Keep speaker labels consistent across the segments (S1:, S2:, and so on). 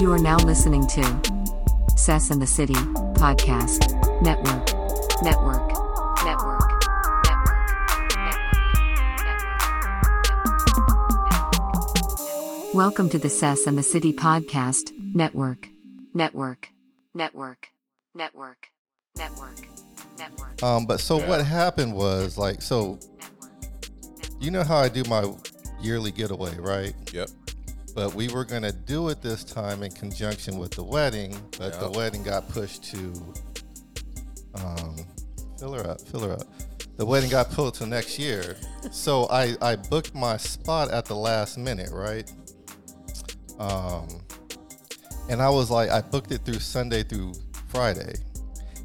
S1: You are now listening to Sess and the City Podcast Network. Network. Network. Network. Network. Welcome to the Sess and the City Podcast Network. Network. Network. Network. Network. Network.
S2: Um, but so
S3: Yeah.
S2: what happened was like so you know how I do my yearly getaway, right?
S3: Yep.
S2: But we were gonna do it this time in conjunction with the wedding, but the
S3: Yeah.
S2: wedding got pushed to um fill her up, fill her up. The wedding got pulled to next year. So I, I booked my spot at the last minute, right? Um and I was like I booked it through Sunday through Friday.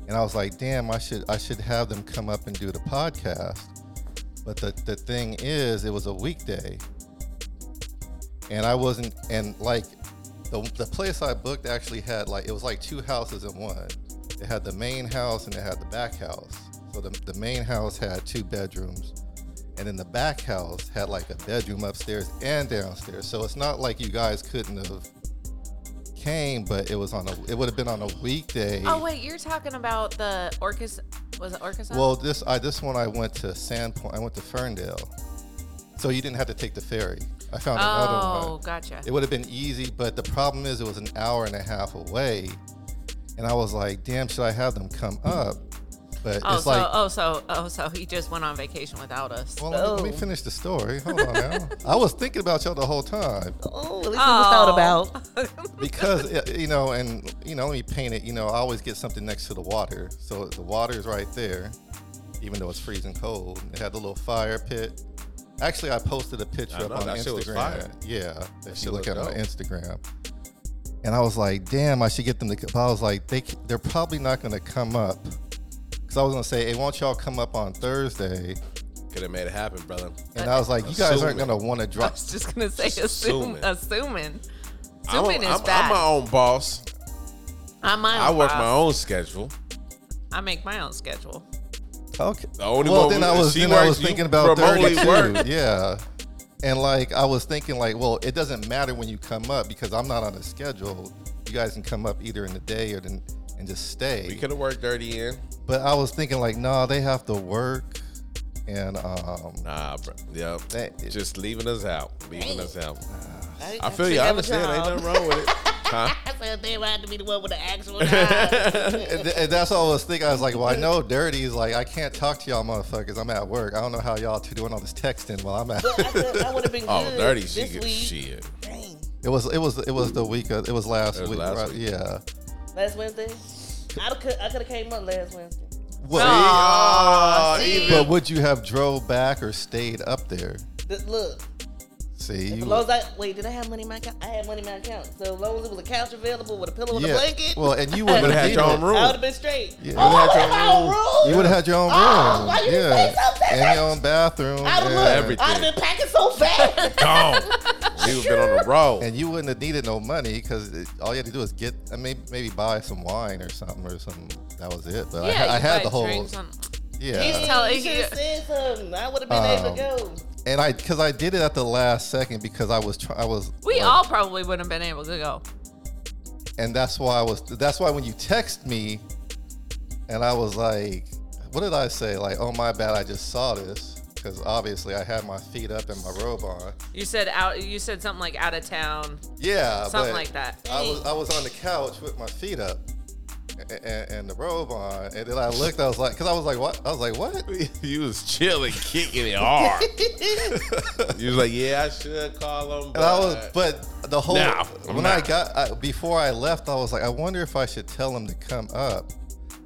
S2: And I was like, damn, I should I should have them come up and do the podcast. But the, the thing is it was a weekday. And I wasn't and like the, the place I booked actually had like it was like two houses in one. It had the main house and it had the back house. So the, the main house had two bedrooms and then the back house had like a bedroom upstairs and downstairs. So it's not like you guys couldn't have came, but it was on a it would have been on a weekday.
S4: Oh wait, you're talking about the Orcas? Was it Orcas?
S2: Well, this I this one I went to Sandpoint. I went to Ferndale, so you didn't have to take the ferry. I found another
S4: oh,
S2: one.
S4: gotcha.
S2: It would have been easy, but the problem is it was an hour and a half away, and I was like, "Damn, should I have them come up?" But
S4: Oh,
S2: it's
S4: so
S2: like,
S4: oh, so oh, so he just went on vacation without us.
S2: well, let me-
S4: oh.
S2: let me finish the story. Hold on now. I was thinking about y'all the whole time.
S5: Oh, at least it was thought
S4: Oh.
S5: about.
S2: because uh, you know, and you know, when you paint it, you know, I always get something next to the water. So the water is right there, even though it's freezing cold. It had the little fire pit. Actually, I posted a picture
S3: I
S2: up
S3: know,
S2: on
S3: that
S2: Instagram.
S3: shit was fire.
S2: Yeah, if you
S3: shit
S2: look at
S3: looked
S2: my
S3: dope.
S2: Instagram. And I was like, damn, I should get them to. But I was like, they c- they're probably not going to come up. Because I was going to say, hey, won't y'all come up on Thursday?
S3: Could have made it happen, brother.
S2: And I was like, you guys aren't
S3: Assuming.
S2: going to want to
S4: I
S2: drop.
S4: was just gonna say
S3: Just
S4: assume,
S3: assuming.
S4: assuming,
S3: I'm,
S4: assuming is
S3: I'm- I'm
S4: bad.
S3: my own boss.
S4: I'm
S5: Oh,
S4: my
S3: I
S4: own
S3: work
S4: boss.
S3: my own schedule.
S4: I make my own schedule.
S2: Okay.
S3: The only
S2: well,
S3: one
S2: then
S3: we-
S2: I was
S3: she
S2: then I
S3: works,
S2: was
S3: you
S2: thinking about
S3: remotely
S2: 32.
S3: work.
S2: Yeah. And like I was thinking like, well, it doesn't matter when you come up because I'm not on a schedule. You guys can come up either in the day or then and just
S3: We
S2: stay.
S3: could have worked dirty in.
S2: But I was thinking like, nah, they have to work and um
S3: Nah, bro. Yep.
S2: That is-
S3: Just leaving us out. Leaving us out.
S5: I,
S3: I feel you. I understand. Ain't nothing wrong with it. Huh?
S5: I said they had to be the one with the actual job.
S2: and, th- and that's all I was thinking. I was like, well, I know dirty is like I can't talk to y'all motherfuckers. I'm at work. I don't know how y'all two doing all this texting while I'm at.
S5: But I, could- I would have been
S3: Oh,
S5: good
S3: dirty. She
S5: this
S3: good.
S5: week.
S3: Shit.
S5: Dang.
S2: It was it was it was the week. Of, it was last
S3: It was
S2: week.
S3: last
S2: right?
S3: week.
S2: Yeah.
S5: Last Wednesday, I could I could have came up last Wednesday.
S2: What?
S3: Oh, even.
S2: But would you have drove back or stayed up there?
S5: Th- Look,
S2: See,
S5: as
S2: you,
S5: long as I wait, did I have money in my account? I had money in my account. So as long as it was a couch available with a pillow and a blanket,
S2: Well, and you would have
S3: But it had your own
S5: I would
S3: room.
S5: have been straight.
S2: Yeah.
S5: Oh, I
S2: Would've had
S5: would have had my own room.
S2: You would have had your own room.
S5: Oh, why you didn't
S2: yeah,
S5: say something?
S2: and your own bathroom.
S5: I would've
S2: yeah.
S5: looked.
S3: Everything.
S5: I'd have been packing so fast.
S3: Gone. We have been on the road.
S2: And you wouldn't have needed no money because all you had to do was get, I mean, maybe buy some wine or something or something. That was it. But I,
S4: yeah,
S2: I
S4: you
S2: had
S4: buy
S2: the whole,
S4: drinks on-
S2: yeah.
S4: tell-
S5: you should have said something. I would have been able to go.
S2: And I, because I did it at the last second because I was, try, I was,
S4: we
S2: like-
S4: all probably wouldn't have been able to go.
S2: and that's why I was. That's why when you text me, and I was like, "What did I say?" Like, "Oh my bad, I just saw this," because obviously I had my feet up and my robe on.
S4: You said out. You said something like out of town,
S2: Yeah,
S4: something
S2: but
S4: like that.
S2: I was I was on the couch with my feet up. And, and the robe on, and then I looked. I was like, because I was like, what? I was like, what?
S3: You was chilling, kicking it hard. you was like, yeah, I should call him.
S2: And I was, but the whole
S3: Uh, Nah, I'm
S2: when I
S3: not.
S2: got I, before I left, I was like, I wonder if I should tell him to come up.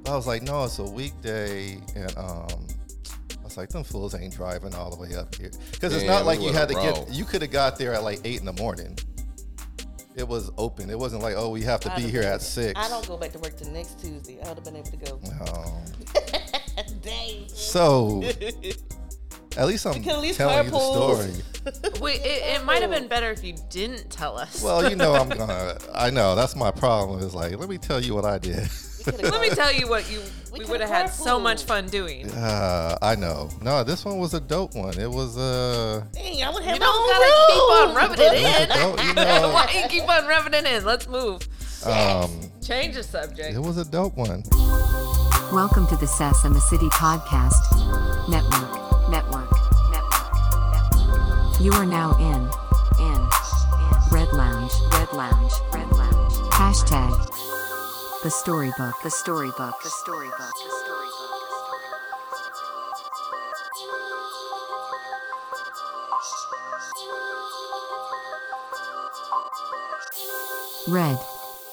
S2: But I was like, no, it's a weekday, and um, I was like, them fools ain't driving all the way up here because it's
S3: Yeah,
S2: not
S3: we
S2: like you
S3: would've
S2: had to
S3: rolled.
S2: get. You could have got there at like eight in the morning. It was open. It wasn't like, oh, we have to be
S5: I'd've
S2: here
S5: been-
S2: at six.
S5: I don't go back to work till next Tuesday. I would have been able to go.
S2: Um,
S5: Dang.
S2: so at least I'm
S5: You can at least
S2: telling you the
S5: carpool.
S2: story.
S4: We, it, it might have been better if you didn't tell us.
S2: Well, you know I'm gonna. I know that's my problem. Is like, let me tell you what I did.
S4: Let me tell you what you we,
S5: We could've
S4: would have had so
S5: carpooled.
S4: much fun doing.
S2: Uh, I know. No, this one was a dope one. It was uh,
S5: Dang, I would have
S4: You
S5: my
S4: don't
S5: own
S4: gotta keep on
S5: room.
S4: rubbing it
S2: it was a
S4: in.
S2: dope, you know,
S4: Why you keep on rubbing it in? Let's move.
S2: um,
S4: Change the subject.
S2: it was a dope one.
S1: Welcome to the Sass and the City podcast. Network, network, network, network. You are now in, in, in Red Lounge, Red Lounge, Red Lounge. Hashtag the storybook, the storybook, the storybook, the storybook. Red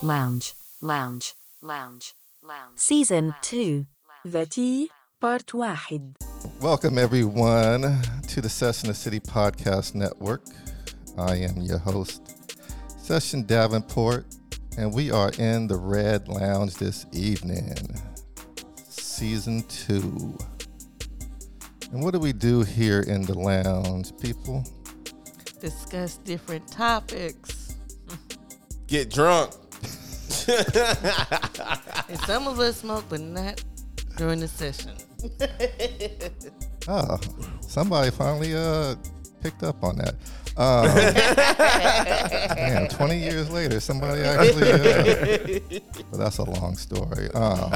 S1: Lounge, Lounge, Lounge, Lounge.
S6: Season 2 Vati Part 1
S2: Welcome everyone to the Session of City Podcast Network. I am your host, Session Davenport, and we are in the Red Lounge this evening, season two. And what do we do here in the lounge, people?
S5: Discuss different topics.
S3: Get drunk.
S5: And some of us smoke, but not during the session.
S2: Oh, somebody finally uh picked up on that. Um, man, 20 years later, somebody actually. Uh, well, that's a long story. Um,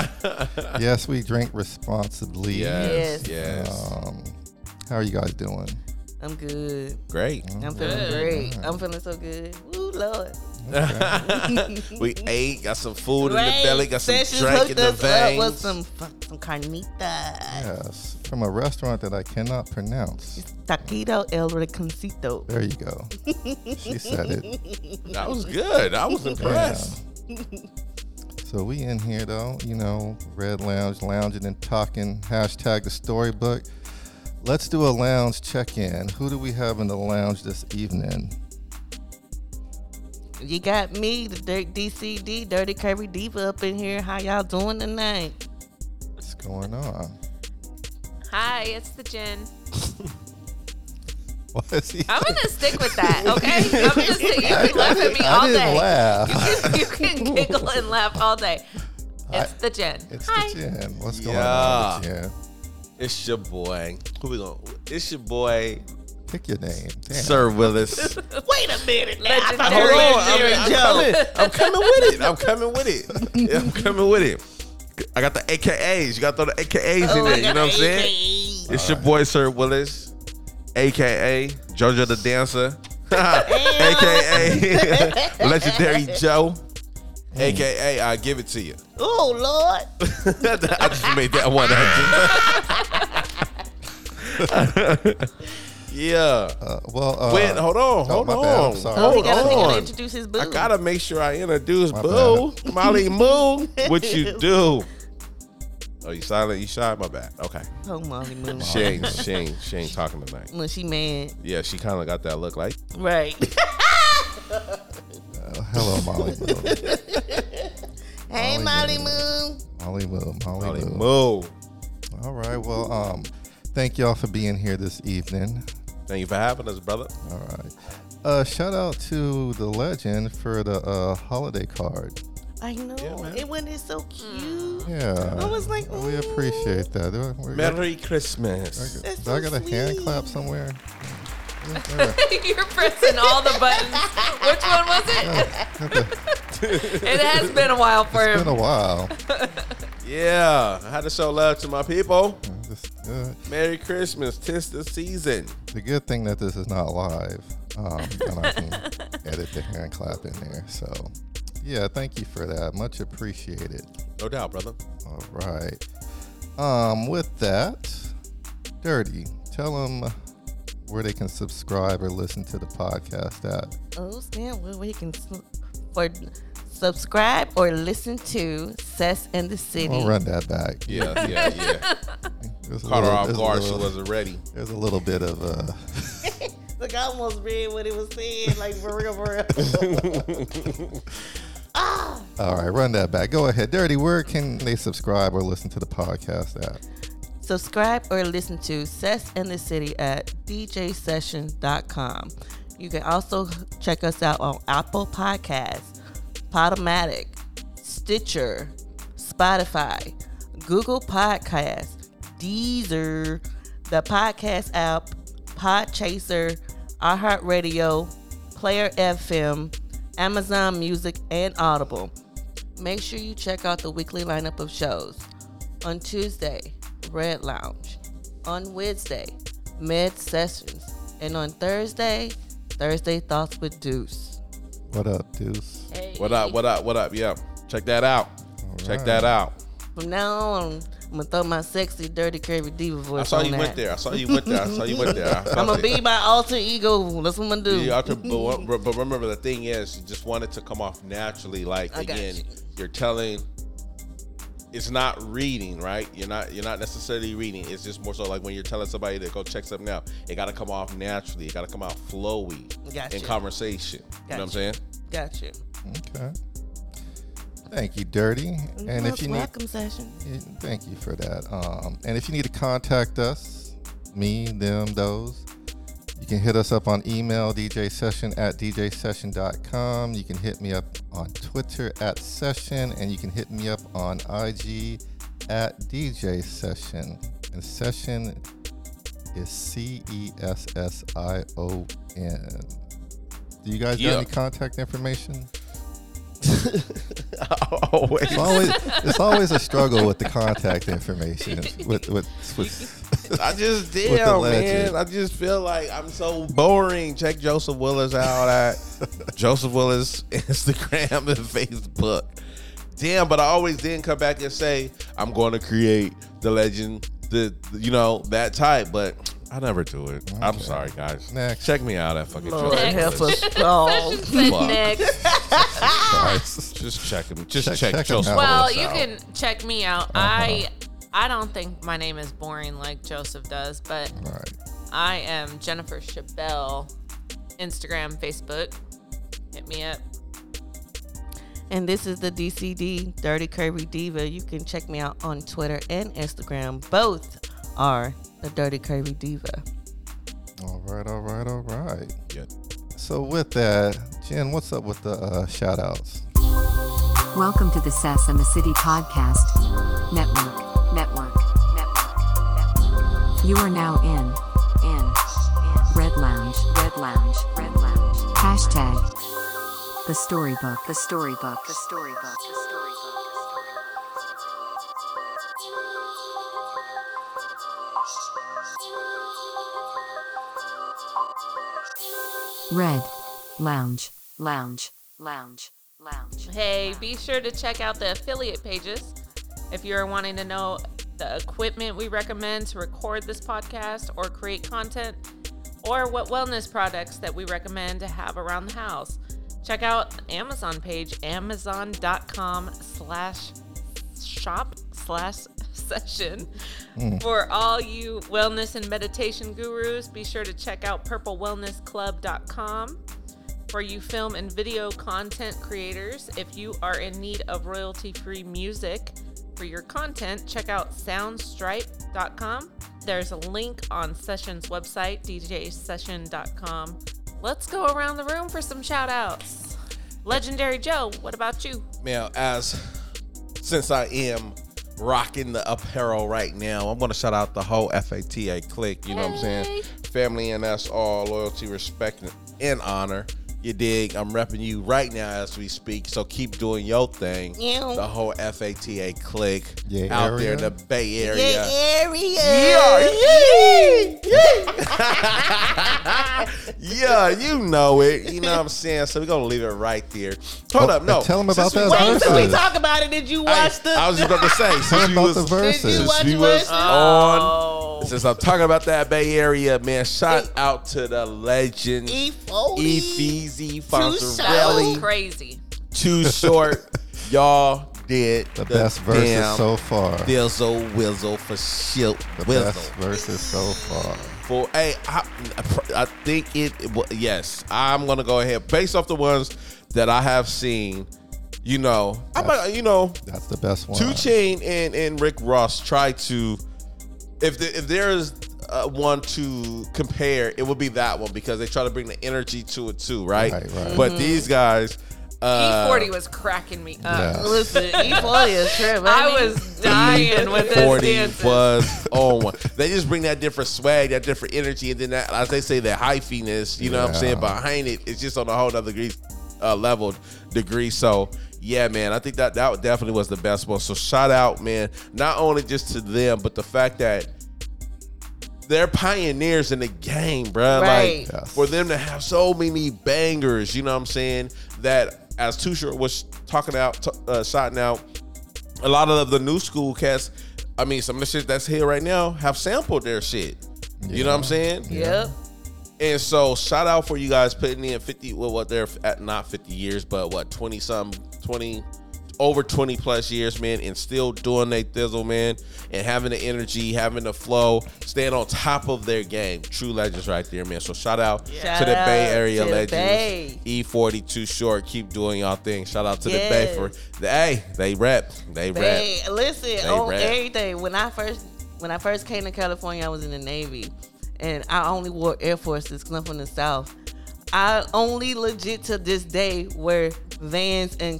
S2: yes, we drink responsibly.
S3: Yes. Yes.
S5: Yes.
S2: Um, how are you guys doing?
S5: I'm good.
S3: Great.
S5: I'm feeling great. I'm feeling so good. Woo, Lord.
S3: we ate, got some food in the
S5: Right.
S3: belly, got some
S5: Sessions
S3: drink
S5: hooked
S3: in the
S5: us up with
S3: veins.
S5: some, fuck, some carnita.
S2: Yes, from a restaurant that I cannot pronounce.
S5: Taquito El Reconcito.
S2: There you go. She said it.
S3: That was good. I was impressed.
S2: So we in here though, you know, Red Lounge, lounging and talking. Hashtag the storybook. Let's do a lounge check-in. Who do we have in the lounge this evening?
S5: You got me, the Dirt DCD, Dirty Kirby Diva up in here. How y'all doing tonight?
S2: What's going on?
S4: Hi, it's the gin.
S2: What is he?
S4: I'm gonna stick with that, okay? I'm gonna stick. You can laugh at me all
S2: I didn't
S4: day.
S2: laugh.
S4: you can giggle and laugh all day. It's the gin.
S2: It's
S4: Hi.
S2: the Jen. What's going on with Jen?
S3: It's your boy. Who we going? It's your boy,
S2: Pick your name. Damn.
S3: Sir Willis.
S5: Wait a minute.
S3: Hold
S4: Legendary.
S3: on,
S4: Jerry
S3: I'm, I'm coming. I'm coming with it. I'm coming with it. Yeah, I'm coming with it. I got the AKAs. You got to throw the AKAs
S5: Oh,
S3: in there. You know what I'm saying? It's your boy Sir Willis, aka Jojo the Dancer, aka Legendary Joe, aka I give it to you.
S5: Oh, Lord.
S3: I just made that one. up. yeah.
S2: Uh, well, uh,
S3: Wait, hold on,
S2: oh,
S3: hold
S2: my
S3: on,
S2: bad. I'm sorry.
S5: He
S3: hold
S5: Oh, gotta, he gotta
S3: on.
S5: introduce his boo.
S3: I gotta make sure I introduce
S2: My
S3: Boo, Molly Moo. What you do? Oh, you silent? You shy? My bad. Okay.
S5: Oh, Molly Moon.
S3: She ain't, she ain't, she ain't talking tonight.
S5: When she mad.
S3: Yeah, she kind of got that look like.
S5: Right.
S2: Uh, hello, Molly Moon.
S5: hey,
S2: Molly
S5: Molly Moon.
S2: Molly Moon. Molly,
S3: Molly
S2: Moon.
S3: Moo.
S2: All right. Well, um, thank y'all for being here this evening.
S3: Thank you for having us, brother.
S2: All right. Uh, shout out to the legend for the uh, holiday card.
S5: I know.
S3: Yeah, man.
S5: it wasn't so cute.
S2: Yeah.
S5: I was like,
S2: we
S5: ooh.
S2: appreciate that. Do I, we-
S3: Merry
S2: do
S3: Christmas.
S2: I
S5: That's so
S2: got a hand
S5: sweet.
S2: clap somewhere?
S4: You're pressing all the buttons. Which one was it? it has been a while for
S2: It's been a
S4: him.
S2: while.
S3: Yeah, I had to show love to my people.
S2: Just, uh,
S3: Merry Christmas. Tis the season.
S2: the good thing that this is not live, um, and I can edit the hand clap in there. So, yeah, thank you for that. Much appreciated.
S3: No doubt, brother.
S2: All right. Um, with that, Dirty, tell them where they can subscribe or listen to the podcast at.
S5: Oh, snap. Well, we can s- for subscribe or listen to Sess and the City.
S2: I'll run that back.
S3: Yeah, yeah, yeah.
S2: There's a
S3: Caught her
S2: little-
S3: off
S2: there's a
S3: guard. She
S2: little-
S3: wasn't ready.
S2: There's a little bit of uh,
S5: Look, I almost read what it was saying. Like, for real, for real.
S2: all right, run that back. Go ahead, Dirty. Where can they subscribe or listen to the podcast at?
S5: Subscribe or listen to Sess and the City at djsession.com. You can also check us out on Apple Podcasts, Podomatic, Stitcher, Spotify, Google Podcasts, Deezer, the podcast app, Podchaser, iHeartRadio, Player FM, Amazon Music, and Audible. Make sure you check out the weekly lineup of shows. On Tuesday, Red Lounge. On Wednesday, Med Sessions. And on Thursday, Thursday Thoughts with Deuce.
S2: What up, Deuce?
S4: Hey.
S3: What up? What up? What up? Yeah. Check that out. Check that out.
S5: From now on, I'm gonna throw my sexy, dirty, curvy diva voice.
S3: I saw
S5: on
S3: you
S5: that.
S3: went there. I saw you went there. I saw you went there.
S5: I'm gonna be my alter ego. That's what I'm gonna do.
S3: Yeah, I could- but,
S5: Mm-hmm.
S3: re- but remember, the thing is, you just want it to come off naturally. Like
S5: I got
S3: again,
S5: you.
S3: you. are telling. It's not reading, right? You're not. You're not necessarily reading. It's just more so like when you're telling somebody to go check something out. It got to come off naturally. It got to come out flowy
S5: Gotcha.
S3: in conversation. You know what I'm
S5: Gotcha.
S3: saying?
S5: Got you.
S2: Okay. Thank you, Dirty. And if
S5: Most
S2: you need,
S5: welcome session.
S2: Yeah, Thank you for that. Um, and if you need to contact us, me, them, those, you can hit us up on email, djsession at djsession.com. You can hit me up on Twitter at session, and you can hit me up on IG at djsession. And session is C E S S I O N. Do you guys
S3: Yeah.
S2: got any contact information?
S3: Always.
S2: It's always, it's always a struggle with the contact information. With, with, with
S3: I
S2: With
S3: just
S2: the
S3: damn
S2: legend.
S3: man. I just feel like I'm so boring. Check Joseph Willis out at Joseph Willis Instagram and Facebook. Damn, but I always then come back and say I'm going to create the legend, the you know that type. But I never do it. I'm sorry, guys.
S2: Next.
S3: Check me out at fucking
S5: Lord
S3: Joseph
S5: help
S3: Willis.
S5: us all.
S4: But
S3: Fuck.
S4: next,
S3: Just check him. Just
S2: Check-
S3: check,
S2: check him
S3: Joseph.
S2: out. Uh-huh.
S4: well,
S3: Willis
S4: you
S3: out.
S4: can check me out. I I don't think my name is boring like Joseph does, but
S2: All right.
S4: I am Jennifer Chabelle, Instagram, Facebook. Hit me up.
S5: And this is the DCD Dirty Curvy Diva. You can check me out on Twitter and Instagram. Both are the Dirty Curvy Diva.
S2: All right, all right, all right.
S3: Yeah.
S2: So with that, Jen, what's up with the uh, shout outs?
S1: Welcome to the Sass and the City Podcast Network. Network. Network. You are now in. In. Red Lounge. Red Lounge. Red Lounge. Hashtag. The Storybook. The Storybook. The Storybook. The Storybook. Red. Lounge. Lounge. Lounge. Lounge.
S4: Hey, be sure to check out the affiliate pages if you're wanting to know the equipment we recommend to record this podcast or create content, or what wellness products that we recommend to have around the house. Check out the Amazon page, amazon.com slash shop slash session. For all you wellness and meditation gurus, be sure to check out purplewellnessclub.com. For you film and video content creators, if you are in need of royalty free music for your content, check out soundstripe.com. There's a link on Session's website, djsession.com. Let's go around the room for some shout outs. Legendary Joe, what about you?
S3: Now, as since I am rocking the apparel right now, I'm gonna shout out the whole FATA clique. You know what I'm
S4: Hey.
S3: saying? Family and us all, loyalty, respect, and honor. You dig? I'm repping you right now as we speak. So keep doing your thing.
S5: Yeah.
S3: The whole FATA clique
S2: Yeah,
S3: out there in
S2: area.
S3: the Bay Area.
S5: Yeah, area.
S3: Yeah, you know it. You know what I'm saying? So we're gonna leave it right there. Hold
S2: Oh,
S3: up, no.
S2: and tell 'em about
S3: Since
S2: that
S3: we talked
S5: Wait,
S2: verse.
S5: so we
S2: Versus.
S5: talk about it. Did you
S3: Hey,
S5: watch the?
S3: I was just about to say since
S2: Talk
S3: you
S2: about
S3: was
S2: the
S5: Did you
S2: verses.
S3: since
S5: watch
S3: we was
S5: verses?
S3: on
S4: Oh,
S3: since I'm talking about that Bay Area man. Shout out to the legend
S5: E
S3: Efeezy
S4: that was
S3: Fonzarelli.
S4: crazy.
S3: Too short, y'all did
S2: The, best verses
S3: damn
S2: so far. The
S3: Dizzle Wizzle for shit
S2: best
S3: Wizzle.
S2: verses so far.
S3: For hey, I, I think it. it wa- Yes, I'm gonna go ahead based off the ones that I have seen. You know, I'm not, you know,
S2: That's the best one.
S3: Two Chain and and Rick Ross try to. If the, if there is uh, one to compare, it would be that one because they try to bring the energy to it too, right?
S2: Right, right.
S3: But these guys.
S4: E40 E was cracking me up.
S2: Yeah.
S5: Listen, E40 is true.
S4: I was dying with this
S3: 40
S4: dancing.
S3: was on one. They just bring that different swag, that different energy, and then that, as they say, that hyphiness, you know what I'm saying,
S2: Yeah.
S3: behind it, it's just on a whole other degree, uh, level degree. So, yeah, man, I think that that definitely was the best one. So, shout out, man, not only just to them, but the fact that they're pioneers in the game, bruh.
S5: Right.
S3: Like,
S2: Yes.
S3: for them to have so many bangers, you know what I'm saying, that as Too Short was talking out, t- uh, shouting out, a lot of the new school cats, I mean, some of the shit that's here right now have sampled their shit. You know what I'm saying?
S5: Yep.
S3: And so, shout out for you guys putting in 50, well, what they're at, not 50 years, but what, 20 some, 20, over 20 plus years, man, and still doing they thizzle, man, and having the energy, having the flow, staying on top of their game. True legends right there, man. So, shout out
S5: Shout
S3: to the Bay
S5: out
S3: Area
S5: to the
S3: legends.
S5: Bay.
S3: E42 Short, keep doing y'all thing. Shout out to
S5: Yes.
S3: the Bay for, the, hey, they rap. They
S5: They,
S3: rap.
S5: listen,
S3: They
S5: on
S3: rap.
S5: everything. When I first when I first came to California, I was in the Navy, and I only wore Air Forces because I'm from the South. I only legit to this day wear Vans and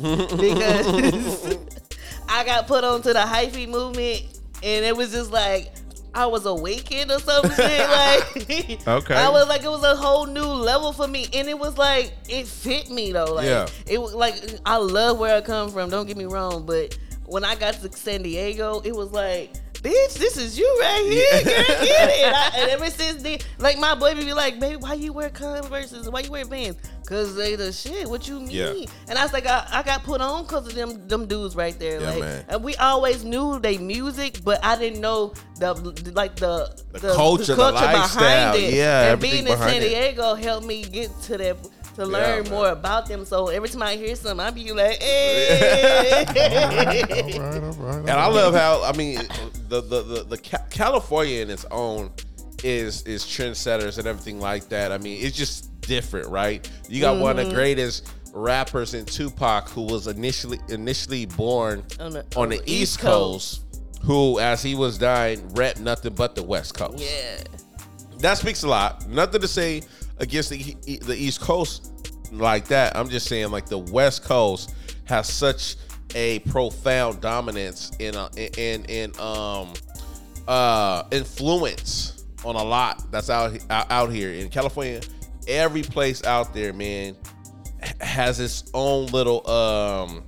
S5: because I got put onto the hyphy movement, and it was just like. I was awakened or something like
S3: Okay.
S5: I was like it was a whole new level for me and it was like it fit me though like
S3: Yeah.
S5: it was like I love where I come from. Don't get me wrong, but when I got to San Diego, it was like, bitch, this is you right here. Girl, get it. And, I, and ever since then, like my baby be like, baby, why you wear Converse's? Why you wear Vans? Cause they the shit. What you mean?
S3: Yeah.
S5: And I was like, I, I got put on cause of them them dudes right there.
S3: Yeah,
S5: like,
S3: man.
S5: and we always knew they music, but I didn't know the like the
S3: The culture, the lifestyle. Yeah,
S5: and
S3: everything
S5: being in
S3: behind
S5: San
S3: it.
S5: Diego helped me get to that to learn
S3: man.
S5: more about them. So every time I hear something, I be like, hey.
S2: All right, all right, all
S3: And I
S2: right.
S3: love how I mean the the the, the Ca- California in its own is is trendsetters and everything like that. I mean, it's just different, right? You got one of
S5: Mm-hmm.
S3: the greatest rappers in Tupac who was initially initially born
S5: On
S3: on
S5: the-
S3: the,
S5: on the East
S3: East Coast, who as he was dying rep nothing but the West Coast
S5: yeah.
S3: that speaks a lot. Nothing to say against the E- the East Coast like that. I'm just saying like the West Coast has such a profound dominance in a, in in um uh influence on a lot that's out out out here in California. Every place out there, man, h- has its own little um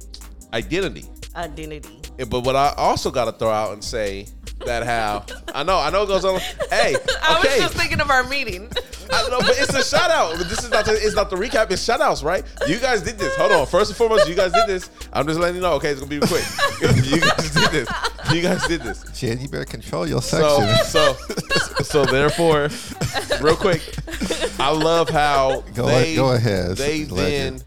S3: identity.
S5: Identity.
S3: Yeah, But what I also got to throw out and say that how I know I know it goes on. Hey,
S4: I
S3: okay.
S4: was just thinking of our meeting.
S3: I know, but it's a shout out. But this is not the, it's not the recap. It's shout outs, right? You guys did this. Hold on. First and foremost, you guys did this. I'm just letting you know. Okay, it's gonna be quick. you guys did this. You guys did this.
S2: Jen, you better control your
S3: So
S2: section.
S3: so so therefore, real quick, I love how
S2: Go
S3: they
S2: a- go ahead,
S3: They
S2: legend.
S3: then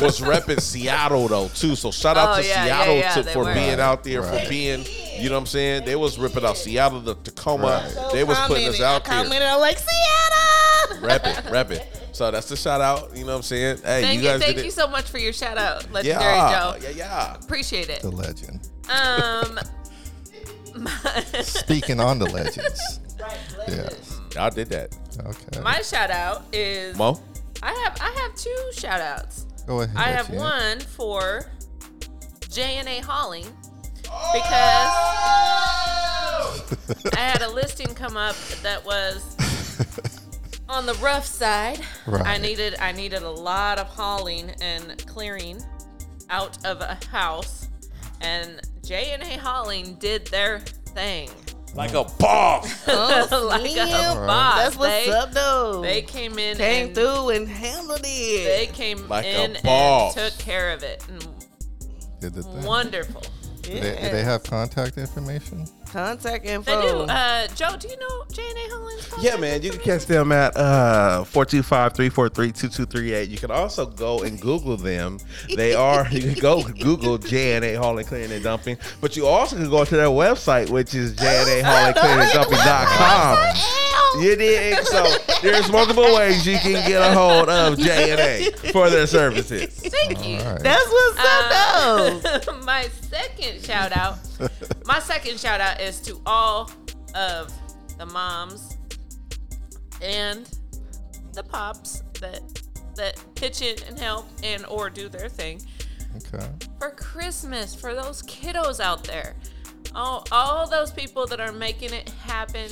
S3: was repping Seattle though too. So shout out
S4: Oh,
S3: to
S4: yeah, yeah,
S3: Seattle
S4: yeah,
S3: to,
S4: they
S3: for
S4: were.
S3: being out there
S2: Right.
S3: for being. You know what I'm saying? They was ripping out Seattle, the Tacoma. They was putting us
S5: Commented-
S3: out
S5: I
S3: there.
S5: commented, I'm like, Seattle.
S3: Rep it, rep it. So that's the shout out. You know what I'm saying? Hey,
S4: Thank
S3: you
S4: you,
S3: guys
S4: thank
S3: did
S4: you
S3: it.
S4: so much for your shout out, legendary
S3: yeah,
S4: Joe.
S3: yeah, yeah.
S4: Appreciate it.
S2: the legend.
S4: Um,
S2: Speaking on the legends. Yes.
S3: Y'all did that.
S2: Okay.
S4: my shout out is
S3: Mo,
S4: I have I have two shout outs.
S2: Go ahead.
S4: I have
S2: Jen.
S4: one for J and A Holly because I had a listing come up that was on the rough side. I
S2: Right.
S4: needed I needed a lot of hauling and clearing out of a house, and J and A Hauling did their thing
S3: like a boss.
S5: Oh,
S4: like a
S5: Yeah,
S4: boss.
S5: That's what's
S4: they,
S5: up, though.
S4: They came in
S5: came
S4: and
S5: through and handled it.
S4: They came
S3: Like a
S4: in and
S3: boss.
S4: took care of it. And
S2: Did the thing.
S4: wonderful.
S2: Do they, do they have contact information?
S5: Contact
S4: They do.
S5: info.
S4: Uh, Joe, do you know J and A Holland's
S3: Yeah,
S4: contact
S3: man. You can
S4: information?
S3: catch them at uh 425-343-2238. You can also go and Google them. They are you can go Google JNA Hauling Cleaning and Dumping, but you also can go to their website, which is JNA Hauling Cleaning and Dumping.com. You did so there's multiple ways you can get a hold of JNA for their services.
S4: Thank you.
S2: All right.
S5: That's what's
S4: Uh,
S5: up, though.
S4: Um, my second shout out. my second shout out is to all of the moms and the pops that that kitchen and help and or do their thing
S2: Okay.
S4: for Christmas for those kiddos out there. All, all those people that are making it happen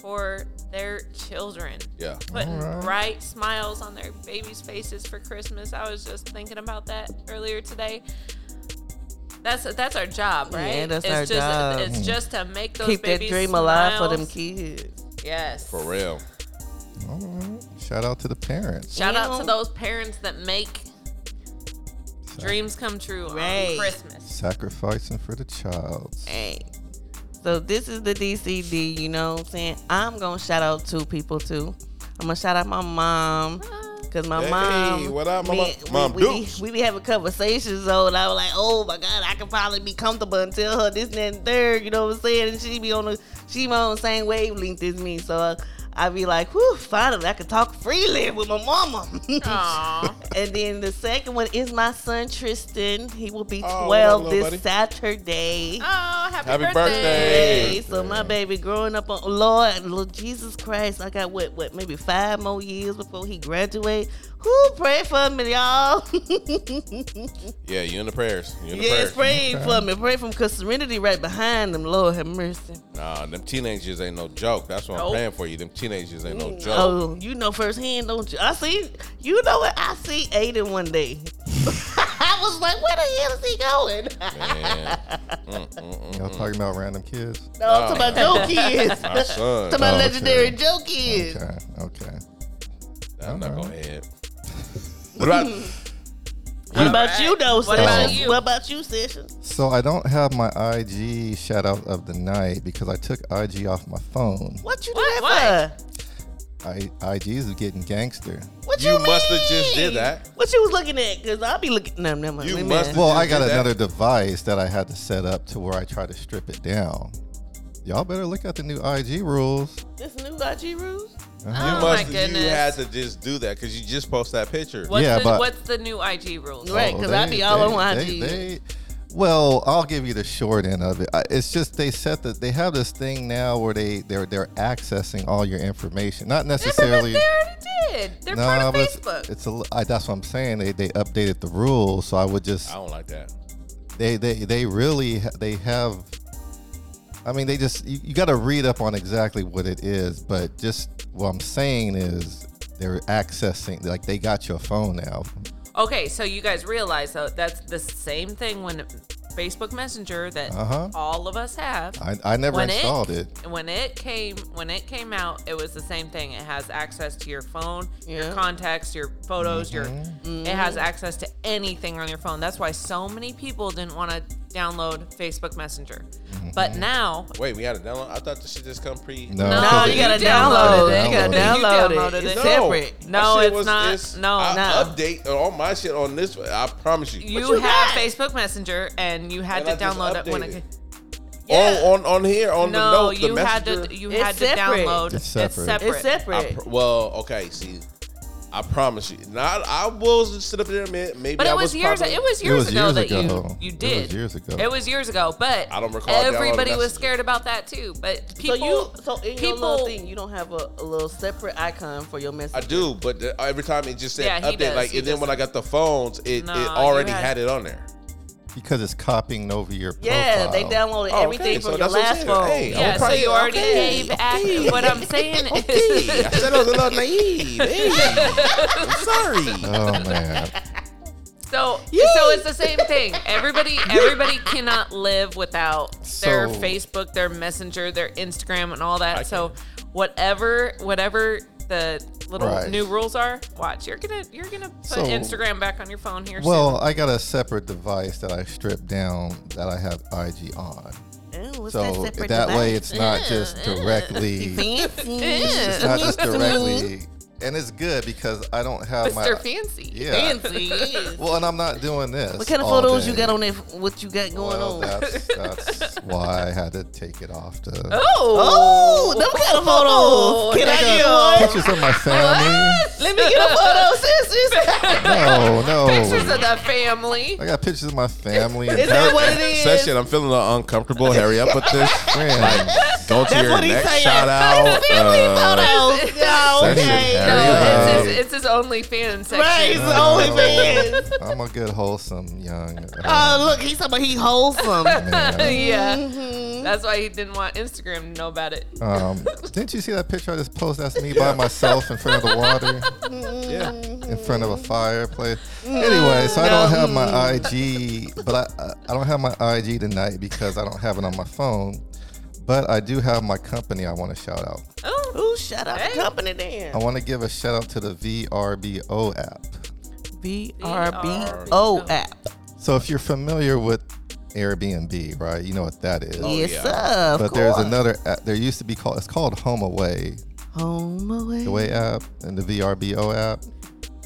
S4: for their children.
S3: Yeah.
S4: Putting
S2: Alright.
S4: bright smiles on their babies' faces for Christmas. I was just thinking about that earlier today. That's that's our job, right?
S5: Yeah, that's
S4: it's
S5: our
S4: just,
S5: job.
S4: It's just to make those
S5: Keep that
S4: babies
S5: dream alive for them
S4: smiles.
S5: kids.
S4: Yes.
S3: For real.
S2: All right. Shout out to the parents.
S4: Shout out
S5: Yeah.
S4: to those parents that make
S2: Sa-
S4: dreams come true
S5: Right.
S4: on Christmas.
S2: Sacrificing for the child.
S5: Hey. So this is the DCD, you know what I'm saying? I'm going to shout out two people too. I'm going to shout out my mom. Cause my
S3: Hey,
S5: mom,
S3: what up,
S5: me-
S3: mama?
S5: we,
S3: Mom
S5: we,
S3: Dukes.
S5: we be having conversations though, and I was like, "Oh my god, I can probably be comfortable and tell her this and that and third, you know what I'm saying?" And she be on the she be on the same wavelength as me, so uh, I be like, "Whew, finally, I can talk freely with my mama."
S4: Aw.
S5: And then the second one is my son Tristan. He will be
S3: Oh,
S5: 12
S3: what up,
S5: this
S3: little buddy?
S5: Saturday.
S4: Oh, happy,
S3: Happy
S4: birthday.
S5: Hey, so my baby growing up on Lord, Lord Jesus Christ, I got what, what, maybe five more years before he graduate. Who pray for me, y'all?
S3: Yeah, you in the prayers. You in the
S5: yes,
S3: prayers.
S5: pray for me, pray for me, cause serenity right behind him. Lord have mercy.
S3: Nah, them teenagers ain't no joke. That's what I'm
S4: Nope.
S3: praying for you. Them teenagers ain't no joke.
S5: Oh, you know firsthand, don't you? I see, you know what? I see Aiden one day. I was like, where the hell is he going?
S3: Man.
S2: Y'all talking about random kids?
S5: no, I'm talking about Joe kids.
S3: My son.
S5: To my
S2: Oh, okay.
S5: legendary Joe kids.
S2: Okay. Okay.
S3: I'm not
S2: Alright.
S3: gonna ahead. What about
S5: What about you though,
S4: What
S5: Sessions?
S4: about you?
S5: What about you, Sessions?
S2: So I don't have my IG shout out of the night because I took IG off my phone.
S5: What you do
S4: What?
S5: that
S2: I, IGs is getting gangster.
S5: for? What you,
S3: You musta just
S5: mean?
S3: did that.
S5: What you was looking at? Cause I'll be looking. No, no, no.
S3: You
S5: wait a
S3: musta-
S5: minute.
S2: Well,
S3: You
S2: I got
S3: did that?
S2: another device that I had to set up to where I try to strip it down. Y'all better look at the new IG rules. Uh-huh.
S5: This new IG rules.
S4: Oh
S3: you
S4: my
S3: must you
S4: goodness.
S3: had to just do that because you just post that picture.
S4: What's,
S2: Yeah,
S4: the,
S2: but-
S4: what's the new IG rules?
S5: Right,
S2: Oh,
S5: 'cause I
S2: they-
S5: be all
S2: they-
S5: on
S2: they-
S5: IG.
S2: they- well, I'll give you the short end of it. I- It's just they set that they have this thing now where they they're they're accessing all your information, not necessarily.
S4: They already did. They're part
S2: No,
S4: of
S2: but it's,
S4: Facebook.
S2: it's a. li- I, that's what I'm saying. They they updated the rules, so I would just
S3: I don't like that.
S2: they they they really ha- they have i mean they just you, you got to read up on exactly what it is but just what i'm saying is they're accessing like they got your phone now
S4: okay, so you guys realize though that's the same thing when Facebook Messenger that
S2: Uh-huh.
S4: all of us have.
S2: i, I never
S4: When it-
S2: installed it,
S4: when it came when it came out, it was the same thing. It has access to your phone,
S5: Yeah.
S4: your contacts, your photos,
S2: Mm-hmm.
S4: your it has access to anything on your phone. That's why so many people didn't want to download Facebook Messenger.
S2: Mm-hmm.
S4: But now
S3: Wait, we had to download. I thought this shit just come pre.
S2: no,
S4: No,
S5: No,
S2: because
S5: you
S4: you
S5: gotta
S4: downloaded
S5: download. it.
S2: it.
S5: You gotta
S4: You
S5: download it.
S4: downloaded
S5: It's
S4: it.
S5: separate.
S4: No,
S3: My shit
S4: it's not. No,
S3: I
S4: no.
S3: update all my shit on this. I promise you.
S4: you,
S5: you
S4: have
S5: got?
S4: Facebook Messenger and you had
S3: And
S4: to
S3: I just
S4: download it when
S3: updated.
S4: it
S5: Yeah.
S3: On, on on here on the
S4: No,
S3: note the
S4: you had
S3: messenger.
S4: to you
S5: It's
S4: had to
S5: separate.
S4: download.
S2: It's separate.
S5: It's
S3: I
S5: separate.
S3: pr- well, okay, see, I promise you. Not I will sit up there and admit, maybe
S4: But
S3: I
S4: it was, years.
S3: probably-
S4: It was
S2: It
S4: years
S2: was
S4: ago
S2: years
S4: that
S2: ago.
S4: you you
S2: It
S4: did.
S2: was years ago.
S4: It was years ago, but
S3: I don't recall
S4: Everybody
S3: downloading
S4: was
S3: messages.
S4: scared about that too. But people,
S5: so you, so in your little
S4: people,
S5: thing, you don't have a, a little separate icon for your message.
S3: I do, but the, every time it just said
S4: Yeah, he
S3: update,
S4: does,
S3: like,
S4: he
S3: and then
S4: does.
S3: when I got the phones, it,
S4: No,
S3: it
S4: you
S3: already
S4: had-
S3: had, it on there.
S2: because it's copying over your profile.
S5: Yeah, they downloaded
S3: Oh,
S5: everything
S3: okay,
S5: from
S3: so
S5: your
S3: that's what I'm
S5: last
S3: saying.
S5: phone.
S3: Hey,
S4: yeah.
S3: I'm
S4: So
S3: probably-
S4: you already
S3: okay,
S4: gave. Act, what I'm saying is,
S3: Hey, I said I was a little naive. Hey, I'm sorry.
S2: oh man
S4: so so it's the same thing. Everybody everybody cannot live without their
S2: So-
S4: Facebook, their Messenger, their Instagram, and all that.
S3: I
S4: so whatever whatever the little
S2: Right.
S4: new rules are, watch. You're gonna you're gonna put
S2: So-
S4: Instagram back on your phone here.
S2: well i got a separate device that i stripped down that i have ig on
S5: Ooh, Oh, what's
S2: so
S5: separate
S2: that, way
S5: device?
S2: it's not just directly
S5: fancy.
S2: it's not just directly and it's good because i don't have
S4: soon.
S2: my
S4: Mr. Fancy.
S2: yeah
S5: fancy. yes.
S2: Well, and I'm not doing this.
S5: What kind of
S2: all
S5: photos
S2: day.
S5: you got on there? What you got going
S2: Well,
S5: on?
S2: that's that's why I had to take it off to
S5: Oh, them kind of photos. Can I get one?
S2: pictures of my
S4: Oh.
S2: family.
S5: Let me get a
S2: Oh.
S5: photo,
S2: no,
S5: sisters.
S4: Pictures
S2: no.
S4: of the family.
S2: I got pictures of my family and
S5: Is that what it is?
S3: Said shit, I'm feeling a little uncomfortable. Hurry up with this.
S2: friends.
S3: Go to
S5: That's
S3: your
S5: what he's
S3: next
S5: saying.
S3: shout out.
S5: Family
S3: Uh,
S5: photos. Yeah,
S2: That shit
S5: okay.
S4: know.
S2: Hey,
S4: Oh, it's,
S2: hey.
S4: his, it's his OnlyFans section.
S5: Right, it's the OnlyFans.
S2: I'm a good, wholesome young.
S5: Oh,
S2: uh,
S5: look, he's somebody he wholesome.
S2: man.
S4: yeah.
S2: Mm-hmm.
S5: Mhm.
S4: That's why he didn't want Instagram to know about it.
S2: Um, didn't you see that picture I just posted? That's me by myself in front of the water,
S3: Yeah.
S2: in front of a fireplace. Anyway, so I don't have my IG, but I- I, I don't have my IG tonight because I don't have it on my phone. But I do have my company I want to shout out.
S4: Oh,
S5: Ooh, shut up,
S4: Hey.
S5: company
S2: I
S5: then.
S2: want to give a shout out to the VRBO app.
S5: VRBO app.
S2: So if you're familiar with Airbnb, right? You know what that is.
S5: yes,
S3: yeah.
S5: sir. Of
S2: but there's
S5: course.
S2: another app. There used to be called. It's called Home Away.
S5: home away.
S2: The Way app and the VRBO app.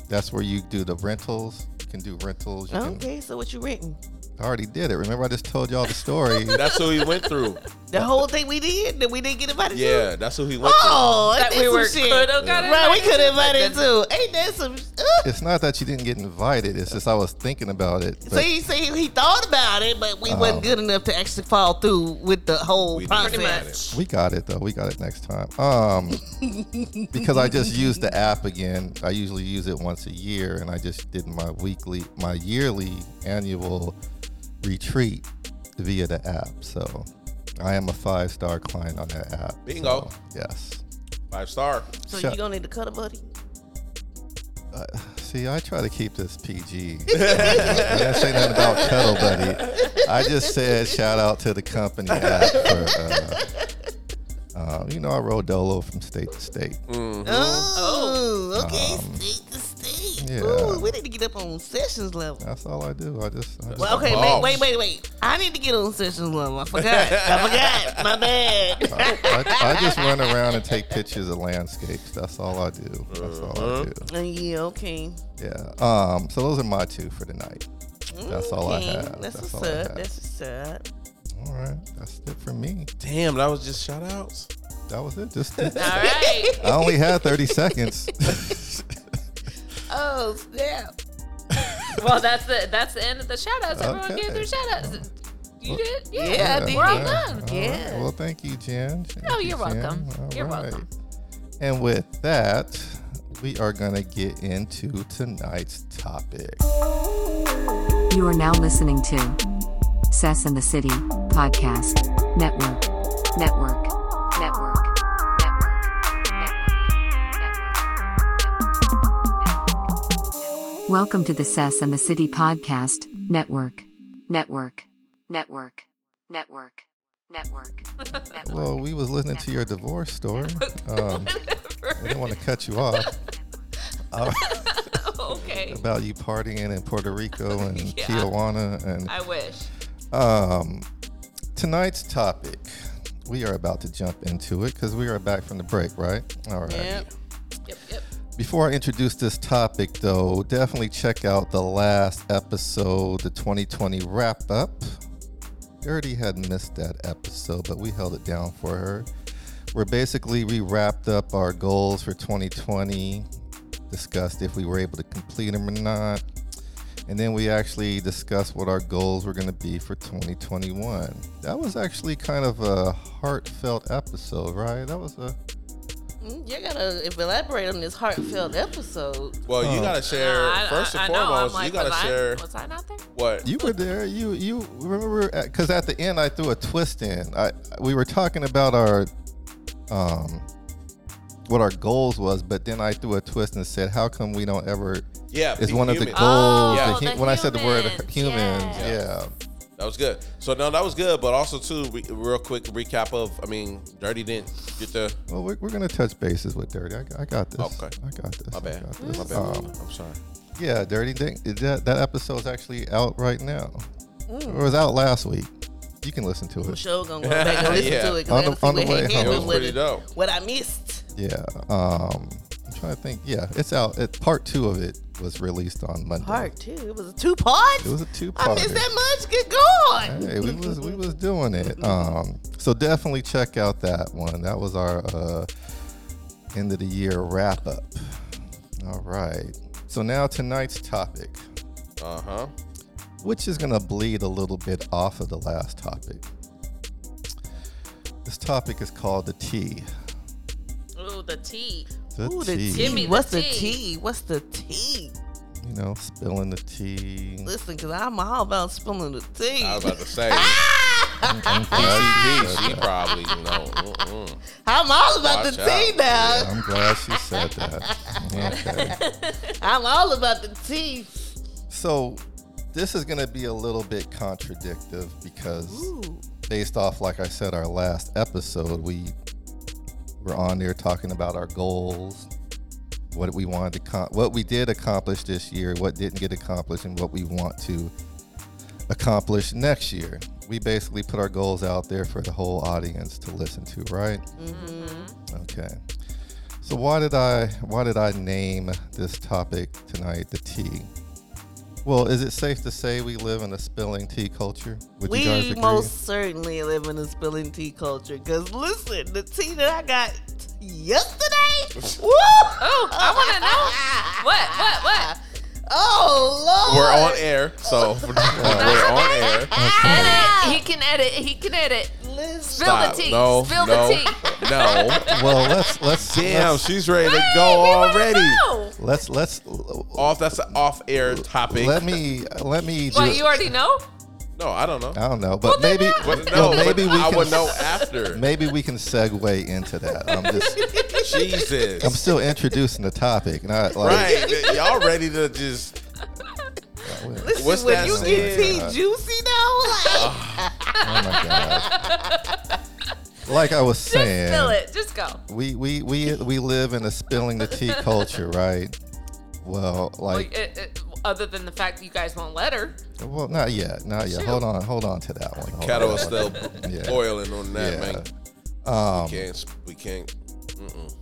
S2: That's where you do the rentals. You can do rentals. You can-
S5: Okay, so what you renting?
S2: I already did it. Remember, I just told y'all the story.
S3: That's who he went through.
S5: The whole thing we did that we didn't get invited to.
S3: Yeah, that's who he went
S5: Oh,
S4: that
S5: ain't
S4: we were
S5: that some
S4: could
S5: shit?
S4: have got
S5: Right, we could have invited
S4: but
S5: too. Ain't that some? Ugh.
S2: it's not that you didn't get invited. It's just I was thinking about it. but-
S5: See, see, he thought about it, but we
S2: Um,
S5: wasn't good enough to actually follow through with the whole
S3: We didn't.
S5: process.
S3: Pretty
S2: We got it though. We got it next time. Um, because I just used the app again. I usually use it once a year, and I just did my weekly, my yearly, annual retreat via the app. So I am a five star client on that app.
S3: Bingo.
S2: So, yes.
S3: through. Five star.
S5: So
S2: Shut-
S5: you gonna need to cut a buddy?
S2: Uh, see, I try to keep this PG. I didn't say nothing about Cuddle Buddy. I just said shout out to the company app for. Uh, uh, you know, I rode Dolo from state to state.
S5: Oh, okay, state to state.
S2: yeah.
S5: Ooh, we need to get up on sessions level.
S2: That's all I do. I just, I just
S5: Well, okay,
S3: Boss.
S5: wait, wait, wait, wait. I need to get on sessions level. I forgot. I forgot. My bad.
S2: I, I just run around and take pictures of landscapes. That's all I do. That's all I do.
S4: Mm-hmm.
S5: Uh, yeah, okay.
S2: Yeah. Um. So those are my two for tonight. That's all I
S5: Okay,
S2: have.
S5: That's, what's
S2: all I
S5: up.
S2: have.
S5: That's what's up.
S2: all right. That's it for me.
S3: Damn, that was just shout outs.
S2: That was it. Just
S4: All
S2: I
S4: right.
S2: only had thirty seconds.
S5: Oh snap!
S4: Well, that's the that's the end of the shout outs. Everyone
S2: Okay.
S4: gave their shout outs. You did? Yeah.
S5: Yeah, I
S4: we're
S5: did.
S4: all
S2: yeah.
S4: done.
S2: All right.
S5: Yeah.
S2: Well, thank you, Jen. Thank
S4: Oh,
S2: you,
S4: you're
S2: Jen.
S4: welcome.
S2: All
S4: You're welcome.
S2: And with that, we are gonna get into tonight's topic.
S1: You are now listening to Sass and the City Podcast Network. Network. Network. Network. Network. Welcome to the Sass and the City Podcast Network. Network. Network. Network. Network. Network.
S2: Well, we was listening to your divorce story. Um, I didn't want to cut you off uh,
S4: okay.
S2: about you partying in Puerto Rico and
S4: Yeah.
S2: Tijuana. And
S4: I wish.
S2: um, tonight's topic, we are about to jump into it because we are back from the break, right? All right.
S5: Yep.
S4: Yep, yep.
S2: Before I introduce this topic, though, definitely check out the last episode, the 2020 wrap up. Gertie had missed that episode, but we held it down for her. Where basically we wrapped up our goals for 2020, discussed if we were able to complete them or not, and then we actually discussed what our goals were going to be for 2021. That was actually kind of a heartfelt episode, right? That was a
S5: Mm, You gotta elaborate on this heartfelt episode.
S3: Well, you gotta share
S4: Nah, I-
S3: first and
S4: I- I know. I'm
S3: foremost.
S4: like,
S3: you gotta
S4: was I-
S3: share
S4: was I not there?
S3: what
S2: You were there. You you remember because at the end I threw a twist in. I we were talking about our um what our goals was, but then I threw a twist and said, "How come we don't ever?"
S3: Yeah,
S2: It's
S3: be
S2: one of the goals.
S3: human.
S4: Oh,
S2: the
S4: Yeah.
S2: hu-
S4: the
S2: when I said the word
S4: humans,
S2: humans,
S4: yeah.
S2: yeah.
S3: That was good. So no, that was good, but also too, re- real quick recap of. I mean, Dirty didn't get the.
S2: Well, we're, we're gonna touch bases with Dirty. I, I got this.
S3: Okay.
S2: I got this.
S3: My bad.
S2: I got this.
S3: My bad.
S2: Um,
S3: I'm sorry.
S2: yeah, Dirty Dink. is That that episode's actually out right now.
S4: Mm.
S2: It was out last week. You can listen to
S5: I'm
S2: it.
S5: sure gonna go back and listen to it. 'cause
S2: On
S5: I
S2: the-
S5: see
S2: on the
S5: what
S2: way
S5: Hank
S2: home.
S5: Gabriel
S2: It was
S5: with
S3: pretty
S5: it.
S3: dope.
S5: What I missed.
S2: Yeah. Um, I'm trying to think. Yeah, it's out. It, part two of it was released on Monday.
S5: Part two. It was a two part.
S2: It was a
S5: I
S2: two-parter.
S5: missed that much. Good God.
S2: Hey, we was we was doing it. Um, so definitely check out that one. That was our uh, end of the year wrap up. All right. So now tonight's topic,
S3: Uh huh.
S2: which is gonna bleed a little bit off of the last topic. This topic is called the T.
S4: Ooh, the tea.
S2: The
S5: Ooh, the
S2: tea.
S5: tea.
S4: Give me the
S5: What's the
S4: tea.
S5: tea? What's the tea?
S2: You know, spilling the tea.
S5: Listen, because I'm all about spilling the tea.
S3: I was about to say.
S4: Ah!
S2: I'm
S3: she probably, you know. mm-mm.
S5: I'm all about
S3: Watch
S5: the tea
S3: out.
S5: now.
S2: glad she said that. Okay.
S5: I'm all about the tea.
S2: So this is going to be a little bit contradictive because
S5: Ooh.
S2: based off, like I said, our last episode, we were on there talking about our goals, what we wanted to, con- what we did accomplish this year, what didn't get accomplished, and what we want to accomplish next year. We basically put our goals out there for the whole audience to listen to, right? Mm-hmm. Okay. So why did I why did I name this topic tonight the tea? Well, is it safe to say we live in a spilling tea culture? Would you guys
S5: We
S2: agree?
S5: most certainly live in a spilling tea culture. Because listen, the tea that I got yesterday. Woo!
S4: Oh, I
S5: to know. What? What? What? Oh, Lord.
S3: We're on air, so we're on air.
S4: Edit. He can edit. He can edit.
S5: Listen.
S4: Spill the
S3: Stop.
S4: tea.
S3: No,
S4: Spill
S3: no,
S4: the tea.
S3: no.
S2: well, let's let's
S3: Damn,
S2: let's,
S3: she's ready to
S4: Hey,
S3: go
S4: we wanna
S3: already.
S4: know.
S2: let's let's
S3: Off. That's an off-air topic.
S2: let me let me. do-
S4: What you already know?
S3: no, I don't know.
S2: I don't know, but
S4: then
S2: maybe
S3: But
S2: well,
S3: no,
S2: maybe
S3: but
S2: we
S3: I
S2: can
S3: would know after.
S2: maybe we can segue into that. I'm just
S3: Jesus.
S2: I'm still introducing the topic, not like oh
S3: right. Y'all ready to just
S5: Listen,
S3: what's
S5: when
S3: that
S5: you get tea
S2: saying?
S5: juicy now, like,
S2: oh my god. Like I was
S4: Just
S2: saying,
S4: spill it. Just go.
S2: we we we we live in a spilling the tea culture, right? Well,
S4: Well,
S2: like
S4: it- it- uh, other than the fact that you guys won't let her.
S2: well, not yet, not yet.
S4: Shoot.
S2: Hold on, hold on to that one. Hold on
S3: kettle
S2: to
S3: is
S2: that
S3: still
S2: one. Yeah.
S3: boiling on that,
S2: Yeah.
S3: man.
S2: Um,
S3: We can't. We can't. Mm-mm.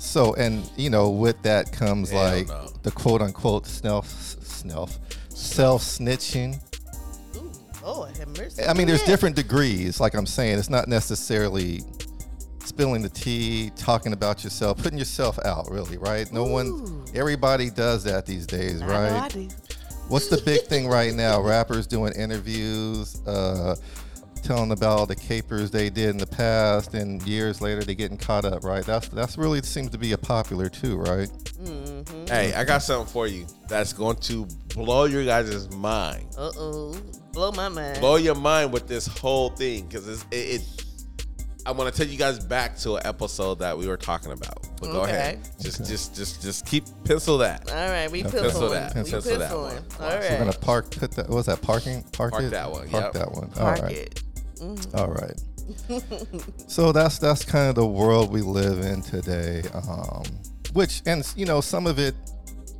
S2: So, and you know, with that comes
S3: Hell
S2: like
S3: no.
S2: the quote unquote self, self, self snitching.
S5: ooh, Lord, have mercy.
S2: I mean, there's
S5: Yeah.
S2: different degrees. Like I'm saying, it's not necessarily spilling the tea, talking about yourself, putting yourself out, really, right? No one, everybody does that these days,
S5: I know I
S2: right?
S5: do.
S2: What's the big thing right now? Rappers doing interviews, uh, telling about all the capers they did in the past, and years later they getting caught up, right? That's that's really seems to be a popular too, right?
S3: Hey, I got something for you that's going to blow your guys' mind.
S5: Uh oh. Blow my mind.
S3: Blow your mind with this whole thing because it's it. it I want to take you guys back to an episode that we were talking about. But go
S5: Okay.
S3: ahead, just just just just keep pencil that.
S5: All right, we
S2: Pencil
S5: penciling.
S3: that,
S5: We
S3: pencil that
S5: penciling.
S3: one.
S5: All
S3: So
S2: We're
S5: right.
S2: gonna park. Put that. What was that parking? Park,
S3: Park
S2: it?
S3: that one,
S2: Park
S3: yep.
S2: that one.
S5: Park
S2: All right.
S5: it.
S2: All right. so that's that's kind of the world we live in today. Um, which and you know some of it,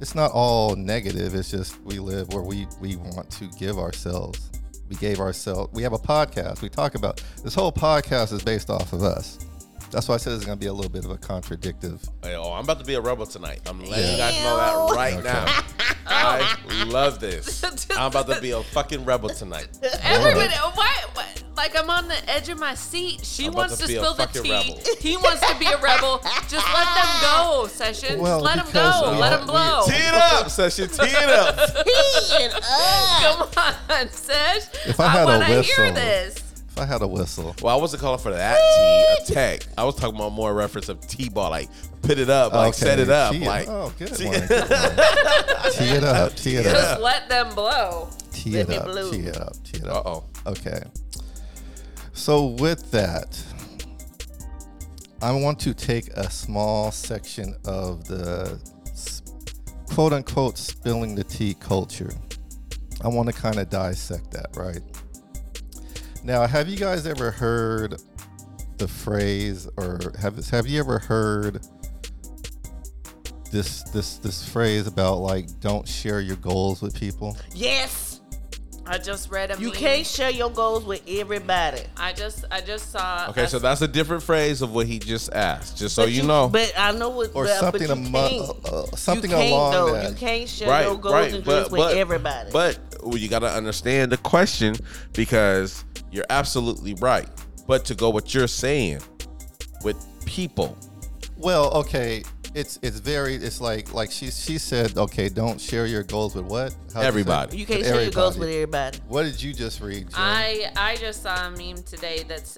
S2: it's not all negative. It's just we live where we we want to give ourselves. We gave ourselves. We have a podcast. We talk about this whole podcast is based off of us. That's why I said it's going to be a little bit of a contradictive.
S3: Hey, oh, I'm about to be a rebel tonight. I'm letting you guys know that
S5: Ew.
S3: right
S2: Okay.
S3: now. I love this. I'm about to be a fucking rebel tonight.
S4: Everybody, why, why? Like I'm on the edge of my seat. She
S3: I'm about
S4: wants
S3: to
S4: to,
S3: be a
S4: spill the
S3: fucking
S4: tea.
S3: rebel.
S4: He wants to be a rebel. Just let them go, Sessions.
S2: Well,
S4: let them
S2: because
S4: go.
S2: we
S4: Let
S2: are-
S4: them blow.
S3: Tee it up, session. Tee it up.
S4: Come on, Sesh.
S2: If I had a
S4: want to hear
S2: whistle.
S4: this.
S2: If I had a whistle,
S3: Well, I wasn't calling for that tea attack. I was talking about more reference of T ball, like put it up, like
S2: Okay,
S3: set it up,
S2: tee
S3: like
S2: oh, good
S3: tee-
S2: one, good one. tee it up, tee it up.
S4: Just let them blow.
S2: Tee
S5: Let
S2: it
S5: me
S2: up,
S5: bloom.
S2: tee it up, tee it
S3: uh
S2: up.
S3: oh.
S2: Okay. So with that, I want to take a small section of the s- quote unquote spilling the tea culture. I want to kind of dissect that, right? Now, have you guys ever heard the phrase or have have you ever heard this this this phrase about like don't share your goals with people?
S5: Yes.
S4: I just read a
S5: You
S4: meme.
S5: can't share your goals with everybody.
S4: I just, I just saw.
S3: Okay,
S4: a-
S3: so that's a different phrase of what he just asked. Just so
S5: But
S3: you, know,
S5: But I know what.
S2: or
S5: but,
S2: something
S5: but you
S2: among
S5: can't.
S2: uh, uh, something
S5: you can't,
S2: along
S5: though.
S2: that.
S5: You can't share
S3: right,
S5: your goals
S3: right.
S5: and dreams
S3: but
S5: with
S3: but
S5: everybody.
S3: but well, you got to understand the question because you're absolutely right. But to go what you're saying with people,
S2: Well, okay, it's it's very it's like like she she said okay, don't share your goals with what How'd you say?
S3: Everybody.
S5: you can't
S2: With
S5: share your goals with
S2: everybody.
S5: everybody.
S2: What did you just read? Jen?
S4: I I just saw a meme today that's